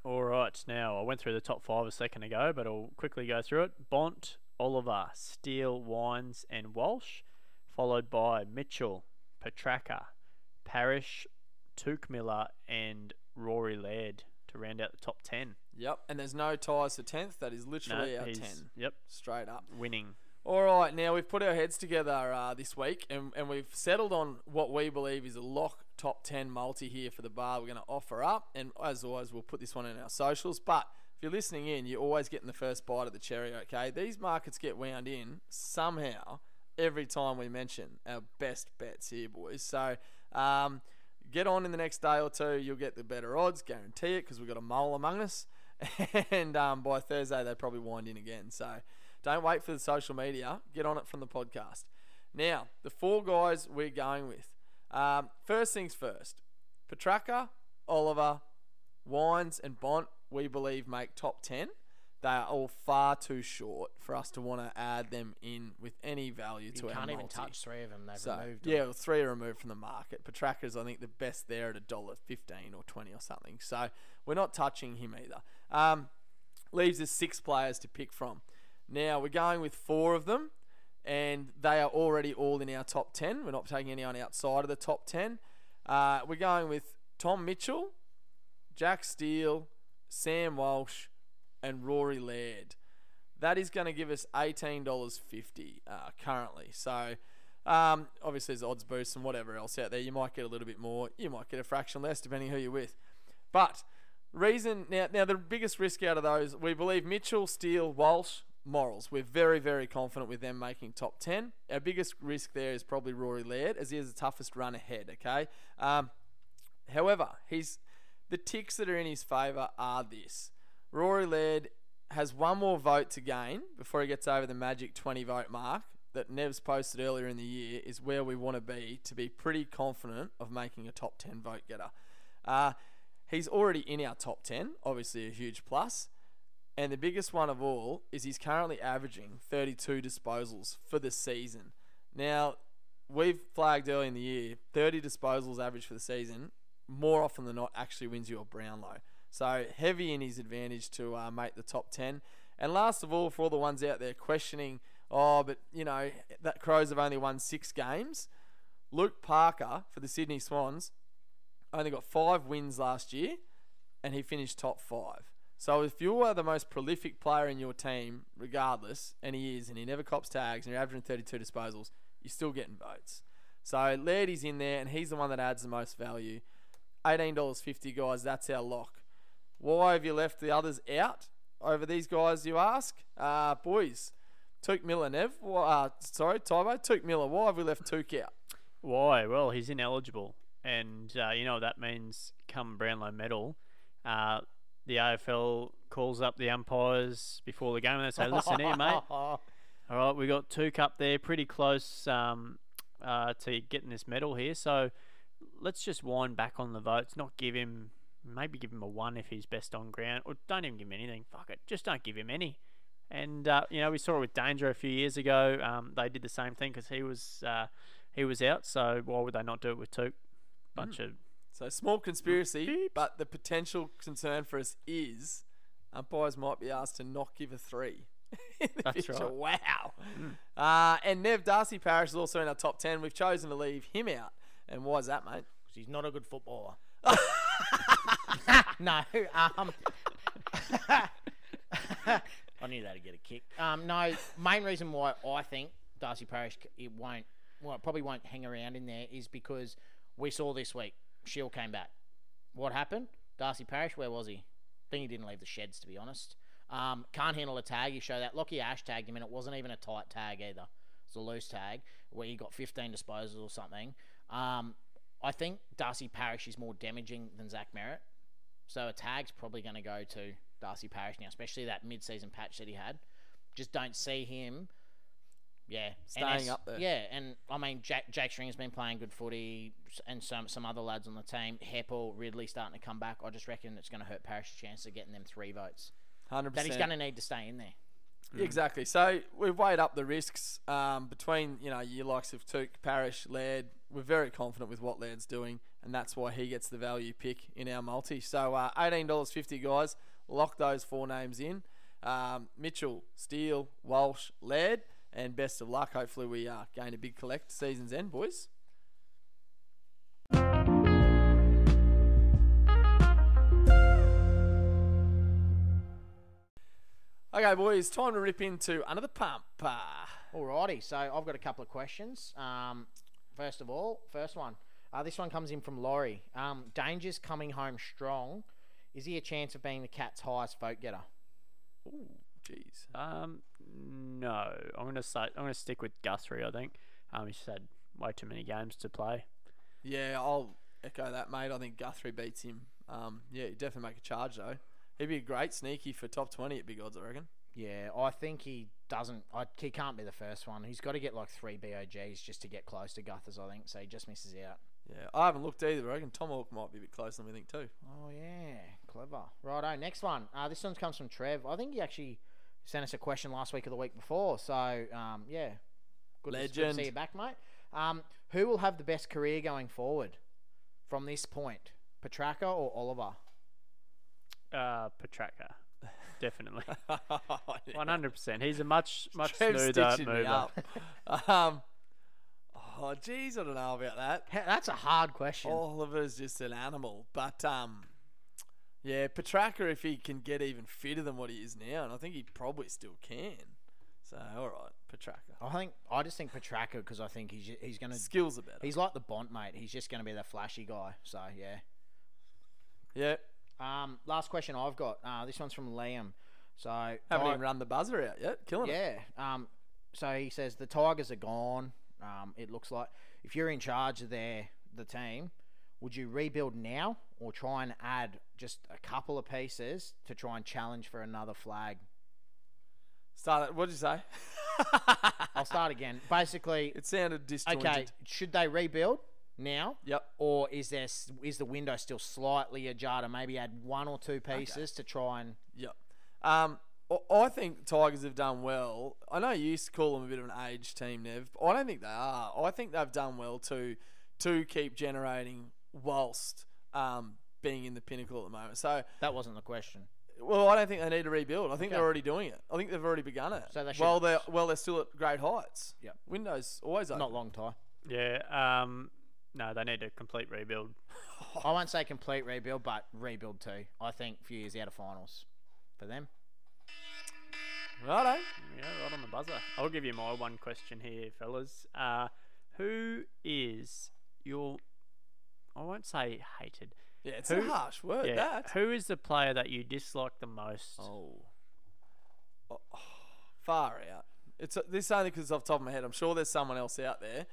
All right, now I went through the top five a second ago, but I'll quickly go through it. Bont, Oliver, Steele, Wines, and Walsh, followed by Mitchell, Petraka, Parrish, Tuke Miller, and Rory Laird to round out the top ten.
Yep. And there's no ties for tenth. That is literally our
he's-
ten,
Yep,
straight up.
winning.
All right. Now we've put our heads together uh, this week, and, and we've settled on what we believe is a lock top ten multi here for the bar. We're going to offer up, and as always, we'll put this one in our socials. But if you're listening in, you're always getting the first bite of the cherry. Okay. These markets get wound in somehow every time we mention our best bets here, boys. So. Um, get on in the next day or two. You'll get the better odds, guarantee it, because we've got a mole among us. and um, by Thursday, they probably wind in again. So don't wait for the social media. Get on it from the podcast. Now, the four guys we're going with. Um, first things first Petraka, Oliver, Wines, and Bont, we believe, make top 10. They are all far too short for us to want to add them in with any value to
You
our
can't even
multi.
touch three of them. They've
So
removed them.
yeah, well, three are removed from the market. Petraka's I think the best there at a dollar fifteen or twenty or something. So we're not touching him either. Um, leaves us six players to pick from. Now we're going with four of them, and they are already all in our top ten. We're not taking anyone outside of the top ten. Uh, we're going with Tom Mitchell, Jack Steele, Sam Walsh, and Rory Laird. That is going to give us eighteen dollars fifty uh, currently. So, um, obviously there's odds boosts and whatever else out there. You might get a little bit more, you might get a fraction less depending who you're with. But reason now, now the biggest risk out of those, we believe Mitchell, Steele, Walsh, Morals. We're very, very confident with them making top ten. Our biggest risk there is probably Rory Laird, as he has the toughest run ahead. Okay. Um, However, he's the ticks that are in his favour are this: Rory Laird has one more vote to gain before he gets over the magic 20 vote mark that Nev's posted earlier in the year is where we want to be to be pretty confident of making a top 10 vote getter. Uh, he's already in our top 10, obviously a huge plus. And the biggest one of all is he's currently averaging 32 disposals for the season. Now, we've flagged early in the year 30 disposals average for the season more often than not actually wins you a Brownlow. So heavy in his advantage to uh, make the top 10. And last of all, for all the ones out there questioning oh, but you know that Crows have only won six games. Luke Parker for the Sydney Swans only got five wins last year, and he finished top five. So if you are the most prolific player in your team, regardless, and he is, and he never cops tags, and you're averaging 32 disposals, you're still getting votes. So Lairdy's in there, and he's the one that adds the most value. $18.50, guys, that's our lock. Why have you left the others out over these guys, you ask? Uh, boys, Took Miller, Nev, wh- uh, sorry, Tybo, Took Miller, why have we left Took out?
Why? Well, he's ineligible, and uh, you know what that means. Come Brownlow medal, uh, the AFL calls up the umpires before the game and they say, "Listen here, mate.
Oh.
All right, we got two cup there, pretty close um, uh, to getting this medal here. So let's just wind back on the votes. Not give him, maybe give him a one if he's best on ground, or don't even give him anything. Fuck it, just don't give him any. And uh, you know, we saw it with Danger a few years ago. Um, they did the same thing because he was uh, he was out. So why would they not do it with two bunch of
So small conspiracy, but the potential concern for us is umpires might be asked to not give a three. in the
That's
future.
right. Hmm.
Wow. Uh, and Nev Darcy Parish is also in our top ten. We've chosen to leave him out. And why is that, mate?
He's not a good footballer. no, um, I knew that'd get a kick. Um, no, main reason why I think Darcy Parish c- it won't, well, it probably won't hang around in there is because we saw this week Shield came back. What happened? Darcy Parish, where was he? think he didn't leave the sheds to be honest. Um, can't handle a tag. You show that Lockie Ash tagged him, and it wasn't even a tight tag either. It's a loose tag where he got 15 disposals or something. Um, I think Darcy Parish is more damaging than Zach Merritt. So a tag's probably going to go to Darcy Parish now, especially that mid-season patch that he had. Just don't see him. Yeah,
Staying
it's-
up there.
Yeah, and I mean Jack Jake String's been playing good footy, s- and some some other lads on the team. Heppel, Ridley starting to come back. I just reckon it's going to hurt Parish's chance of getting them three votes.
Hundred
That
percent.
he's going to need to stay in there.
Exactly. So we've weighed up the risks um, between you know your likes of Took, Parish, Laird. We're very confident with what Laird's doing, and that's why he gets the value pick in our multi. So uh, eighteen dollars fifty, guys. Lock those four names in: um, Mitchell, Steele, Walsh, Laird, and best of luck. Hopefully, we uh, gain a big collect season's end, boys. Okay, boys, time to rip into under the pump. Uh,
Alrighty, so I've got a couple of questions. Um, first of all, first one. Uh, this one comes in from Laurie. Um, Danger's coming home strong. Is he a chance of being the Cats' highest vote getter?
ooh, jeez.
Um, no. I'm gonna say I'm gonna stick with Guthrie. I think. Um, he's had way too many games to play.
Yeah, I'll echo that, mate. I think Guthrie beats him. Um, yeah, he'd definitely make a charge though. He'd be a great sneaky for top twenty at big odds, I reckon.
Yeah, I think he doesn't. I, he can't be the first one. He's got to get like three BOGs just to get close to Guthers, I think. So he just misses out.
Yeah, I haven't looked either. but I reckon Tom Hawk might be a bit closer than we think too.
Oh yeah, clever. Righto, next one. Uh, this one comes from Trev. I think he actually sent us a question last week or the week before. So um, yeah, good, to- good To,
Legend.
see you back, mate. Um, who will have the best career going forward from this point, Petraka or Oliver?
Uh, Petraka, definitely,
Yeah.
one hundred percent. He's a much much
Trev's
smoother
stitching me
mover.
up. um, oh, jeez, I don't know about that.
He- That's a hard question.
Oliver's just an animal, but um, yeah, Petraka if he can get even fitter than what he is now, and I think he probably still can. So all right, Petraka.
I think I just think Petraka because I think he's he's going to
Skills are better.
He's like the Bond, mate. He's just going to be the flashy guy. So, yeah.
yeah,
Um, last question I've got. Uh, this one's from Liam. So,
haven't
Ti-
even run the buzzer out yet. Killing it.
yeah. Um, so he says the Tigers are gone. Um, it looks like if you're in charge of their the team, would you rebuild now or try and add just a couple of pieces to try and challenge for another flag?
Start it. What'd you say?
I'll start again. Basically,
It sounded disjointed.
okay. Should they rebuild now?
Yep.
or is there s- is the window still slightly ajar to maybe add one or two pieces to try and
Yep. Um, I- I think Tigers have done well. I know you used to call them a bit of an age team, Nev, but I don't think they are. I think they've done well to to keep generating whilst um, being in the pinnacle at the moment. So
that wasn't the question
Well, I don't think they need to rebuild. I think
Okay.
they're already doing it. I think they've already begun it.
So they should-
While they're well, they're still at great heights.
Yep.
Windows always open.
Not long time.
Yeah. Um, no, they need a complete rebuild.
I won't say complete rebuild, but rebuild too. I think few years out of finals for them.
Righto.
Yeah, right on the buzzer. I'll give you my one question here, fellas. Uh, who is your? I won't say hated.
Yeah, it's
Who-
a harsh word.
yeah.
That.
Who is the player that you dislike the most?
Oh. Far out. It's this is only because off the top of my head, I'm sure there's someone else out there,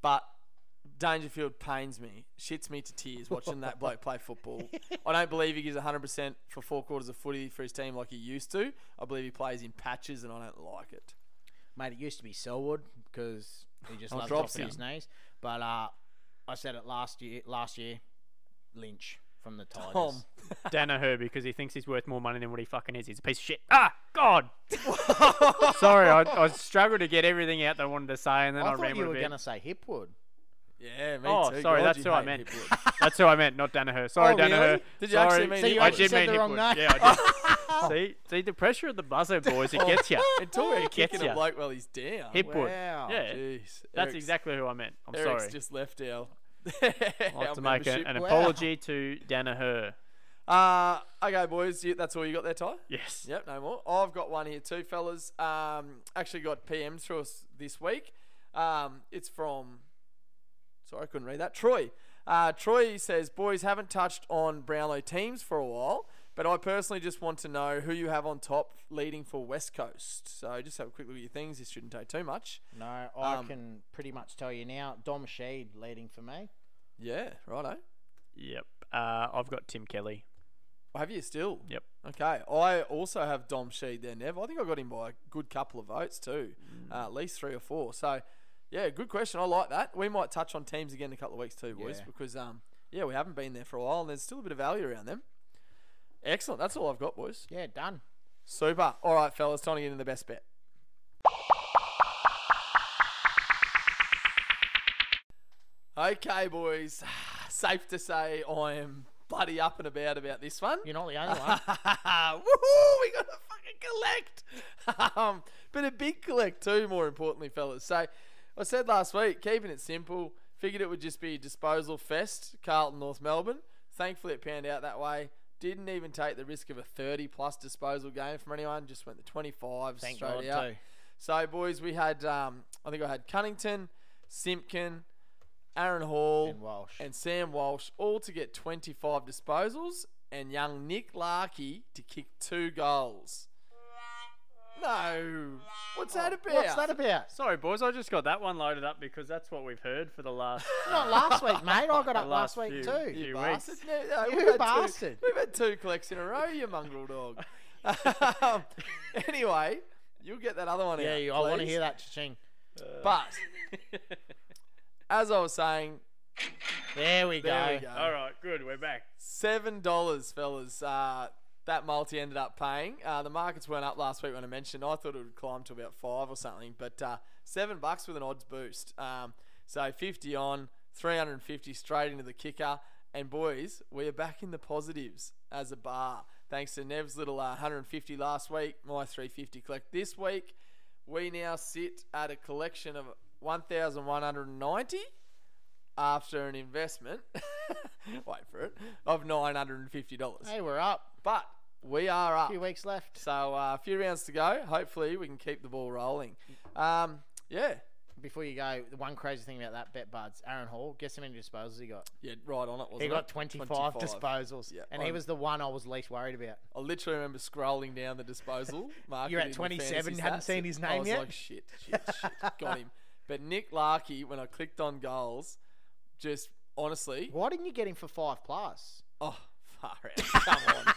but Dangerfield pains me, shits me to tears watching that bloke play football. I don't believe he gives 100% for four quarters of footy for his team like he used to. I believe he plays in patches, and I don't like it.
Mate, it used to be Selwood because he just
Oh,
loves
drops
dropping his knees. But uh, I said it last year. Last year, Lynch from the Tigers.
Tom.
Danaher because he thinks he's worth more money than what he fucking is. He's a piece of shit. Ah, God. Sorry, I, I struggled to get everything out that I wanted to say, and then I,
I thought
rambled
you
a
were
bit.
going to say Hipwood.
Yeah, me
Oh,
too.
sorry,
God,
that's
you
who I
hate
meant.
Hipwood.
That's who I meant, not Danaher. Sorry,
Oh,
Danaher.
really? Did you
Sorry.
actually mean So you
I
Hipwood?
did
said
mean
the wrong
Hipwood.
name.
Yeah, I did. see, see, the pressure of the buzzer, boys, it gets you.
And talk about
It gets
kicking a
you.
bloke while he's down.
Hipwood.
Wow.
Yeah,
Jeez.
that's
Eric's-
exactly who I meant. I'm
Eric's
sorry.
just left our.
I'll
our
have to make a-
membership.
an
Wow.
apology to Danaher.
Uh, okay, boys, you, that's all you got there, Ty?
Yes.
Yep, no more. I've got one here too, fellas. Um, actually got PMs to us this week. Um, it's from. Sorry, I couldn't read that. Troy. Uh, Troy says, boys haven't touched on Brownlow teams for a while, but I personally just want to know who you have on top leading for West Coast. So just have a quick look at your things. This shouldn't take too much.
No, I
Um,
can pretty much tell you now. Dom Sheed leading for me.
Yeah, righto.
Yep. Uh, I've got Tim Kelly.
I have you still.
Yep.
Okay. I also have Dom Sheed there, Nev. I think I got him by a good couple of votes too, uh, at least three or four. So, yeah, good question. I like that. We might touch on teams again in a couple of weeks too, boys,
Yeah.
because um, yeah, we haven't been there for a while, and there's still a bit of value around them. Excellent. That's all I've got, boys.
Yeah, done.
Super. All right, fellas, time to get into the best bet. Okay, boys. Safe to say, I am bloody up and about about this one.
You're not the only one.
Woohoo! We gotta fucking collect. um, but a big collect too. More importantly, fellas. So, I said last week, keeping it simple. Figured it would just be disposal fest, Carlton, North Melbourne. Thankfully, it panned out that way. Didn't even take the risk of a 30 plus disposal game from anyone. Just went the 25
Thank
straight
God
out.
too.
So, boys, we had. Um, I think I had Cunnington, Simpkin, Aaron Hall,
And Walsh.
and Sam Walsh all to get 25 disposals, and young Nick Larkey to kick two goals. No, what's that about?
Oh, What's that about?
Sorry, boys, I just got that one loaded up because that's what we've heard for the last. uh,
Not last week, mate. I got up
last
last, week
few-
too.
few
You
weeks.
bastard! No, no,
You
we've had two-
bastard.
we've had two collects in a row, you mongrel dog. um, anyway, you'll get that other one out.
Yeah, you, I want to
please.
hear that ching.
But as I was saying,
There we go.
there we go.
All right, good. We're back.
Seven dollars, fellas. Uh, that multi ended up paying. Uh, the markets weren't up last week when I mentioned. I thought it would climb to about five or something, but uh, seven bucks with an odds boost. Um, so fifty on, three hundred and fifty straight into the kicker. And boys, we are back in the positives as a bar. Thanks to Nev's little uh, 150 last week, my 350 collect this week. We now sit at a collection of 1,190 after an investment, wait for it, of $950.
Hey, we're up.
But we are up.
few weeks left.
So uh, a few rounds to go. Hopefully we can keep the ball rolling. Um, yeah.
Before you go, the one crazy thing about that bet, Buds, Aaron Hall, guess how many disposals he got?
Yeah, right on it, wasn't
He got
it?
25,
25.
disposals.
Yeah,
and he
I'm-
was the one I was least worried about.
I literally remember scrolling down the disposal market.
You're at
in the
27,
fantasy
hadn't
stats,
seen his
I
name
was
yet?
like, shit, shit, shit. Got him. But Nick Larkey, when I clicked on goals, just honestly,
Why didn't you get him for five plus?
Oh, far out. Come on.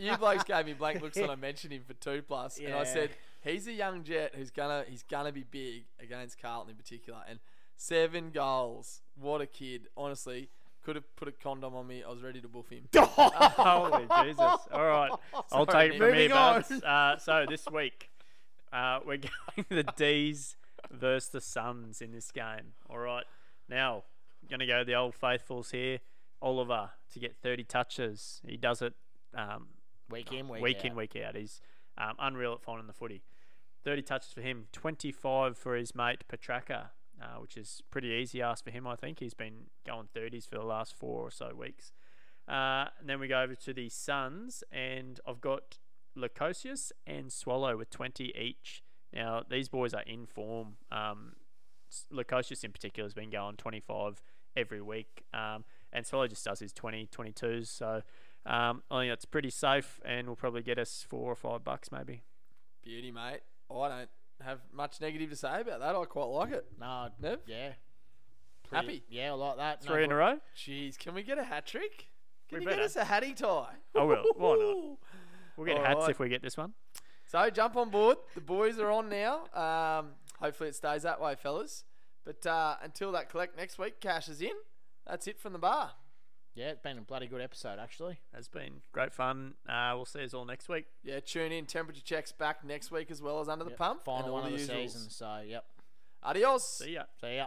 you blokes gave me blank looks when I mentioned him for two plus, and
Yeah.
I said he's a young jet who's gonna he's gonna be big against Carlton in particular, and seven goals. What a kid! Honestly, could have put a condom on me. I was ready to buff him.
Holy Jesus. All right. I'll
Sorry,
take it from
Nick.
here,
Moving on.
Babs. Uh, so this week, uh, we're going the D's versus the Suns in this game. All right. Now, going to go the old faithfuls here. Oliver to get 30 touches. He does it um,
Week in, week,
week
out.
in, week out. He's um, unreal at finding the footy. 30 touches for him, 25 for his mate Petraka, uh, which is pretty easy ask for him, I think. He's been going 30s for the last four or so weeks. Uh, and then we go over to the Suns, and I've got Lacosius and Swallow with 20 each. Now, these boys are in form. Um, S- Lukosius in particular has been going 25 every week. Um, and Swallow just does his 20, 22s. So um, I think that's pretty safe and will probably get us four or five bucks maybe.
Beauty, mate. I don't have much negative to say about that. I quite like it.
No,
Nev?
yeah.
Happy.
Yeah, I like that. No
Three in a
problem.
row?
Jeez, can we get a hat trick? Can
We
you
better.
get us a hattie tie?
I will. Why not? We'll get hats
Alright.
if we get this one.
So jump on board. The boys are on now. Um, hopefully it stays that way, fellas. But uh, until that collect next week cashes in, that's it from the bar.
Yeah, it's been a bloody good episode, actually.
It's been great fun. Uh, we'll see you all next week.
Yeah, tune in. Temperature checks back next week as well as under the
Yep,
pump. and
Final
all
one of the
usuals.
season, so yep.
Adios.
See ya.
So yeah.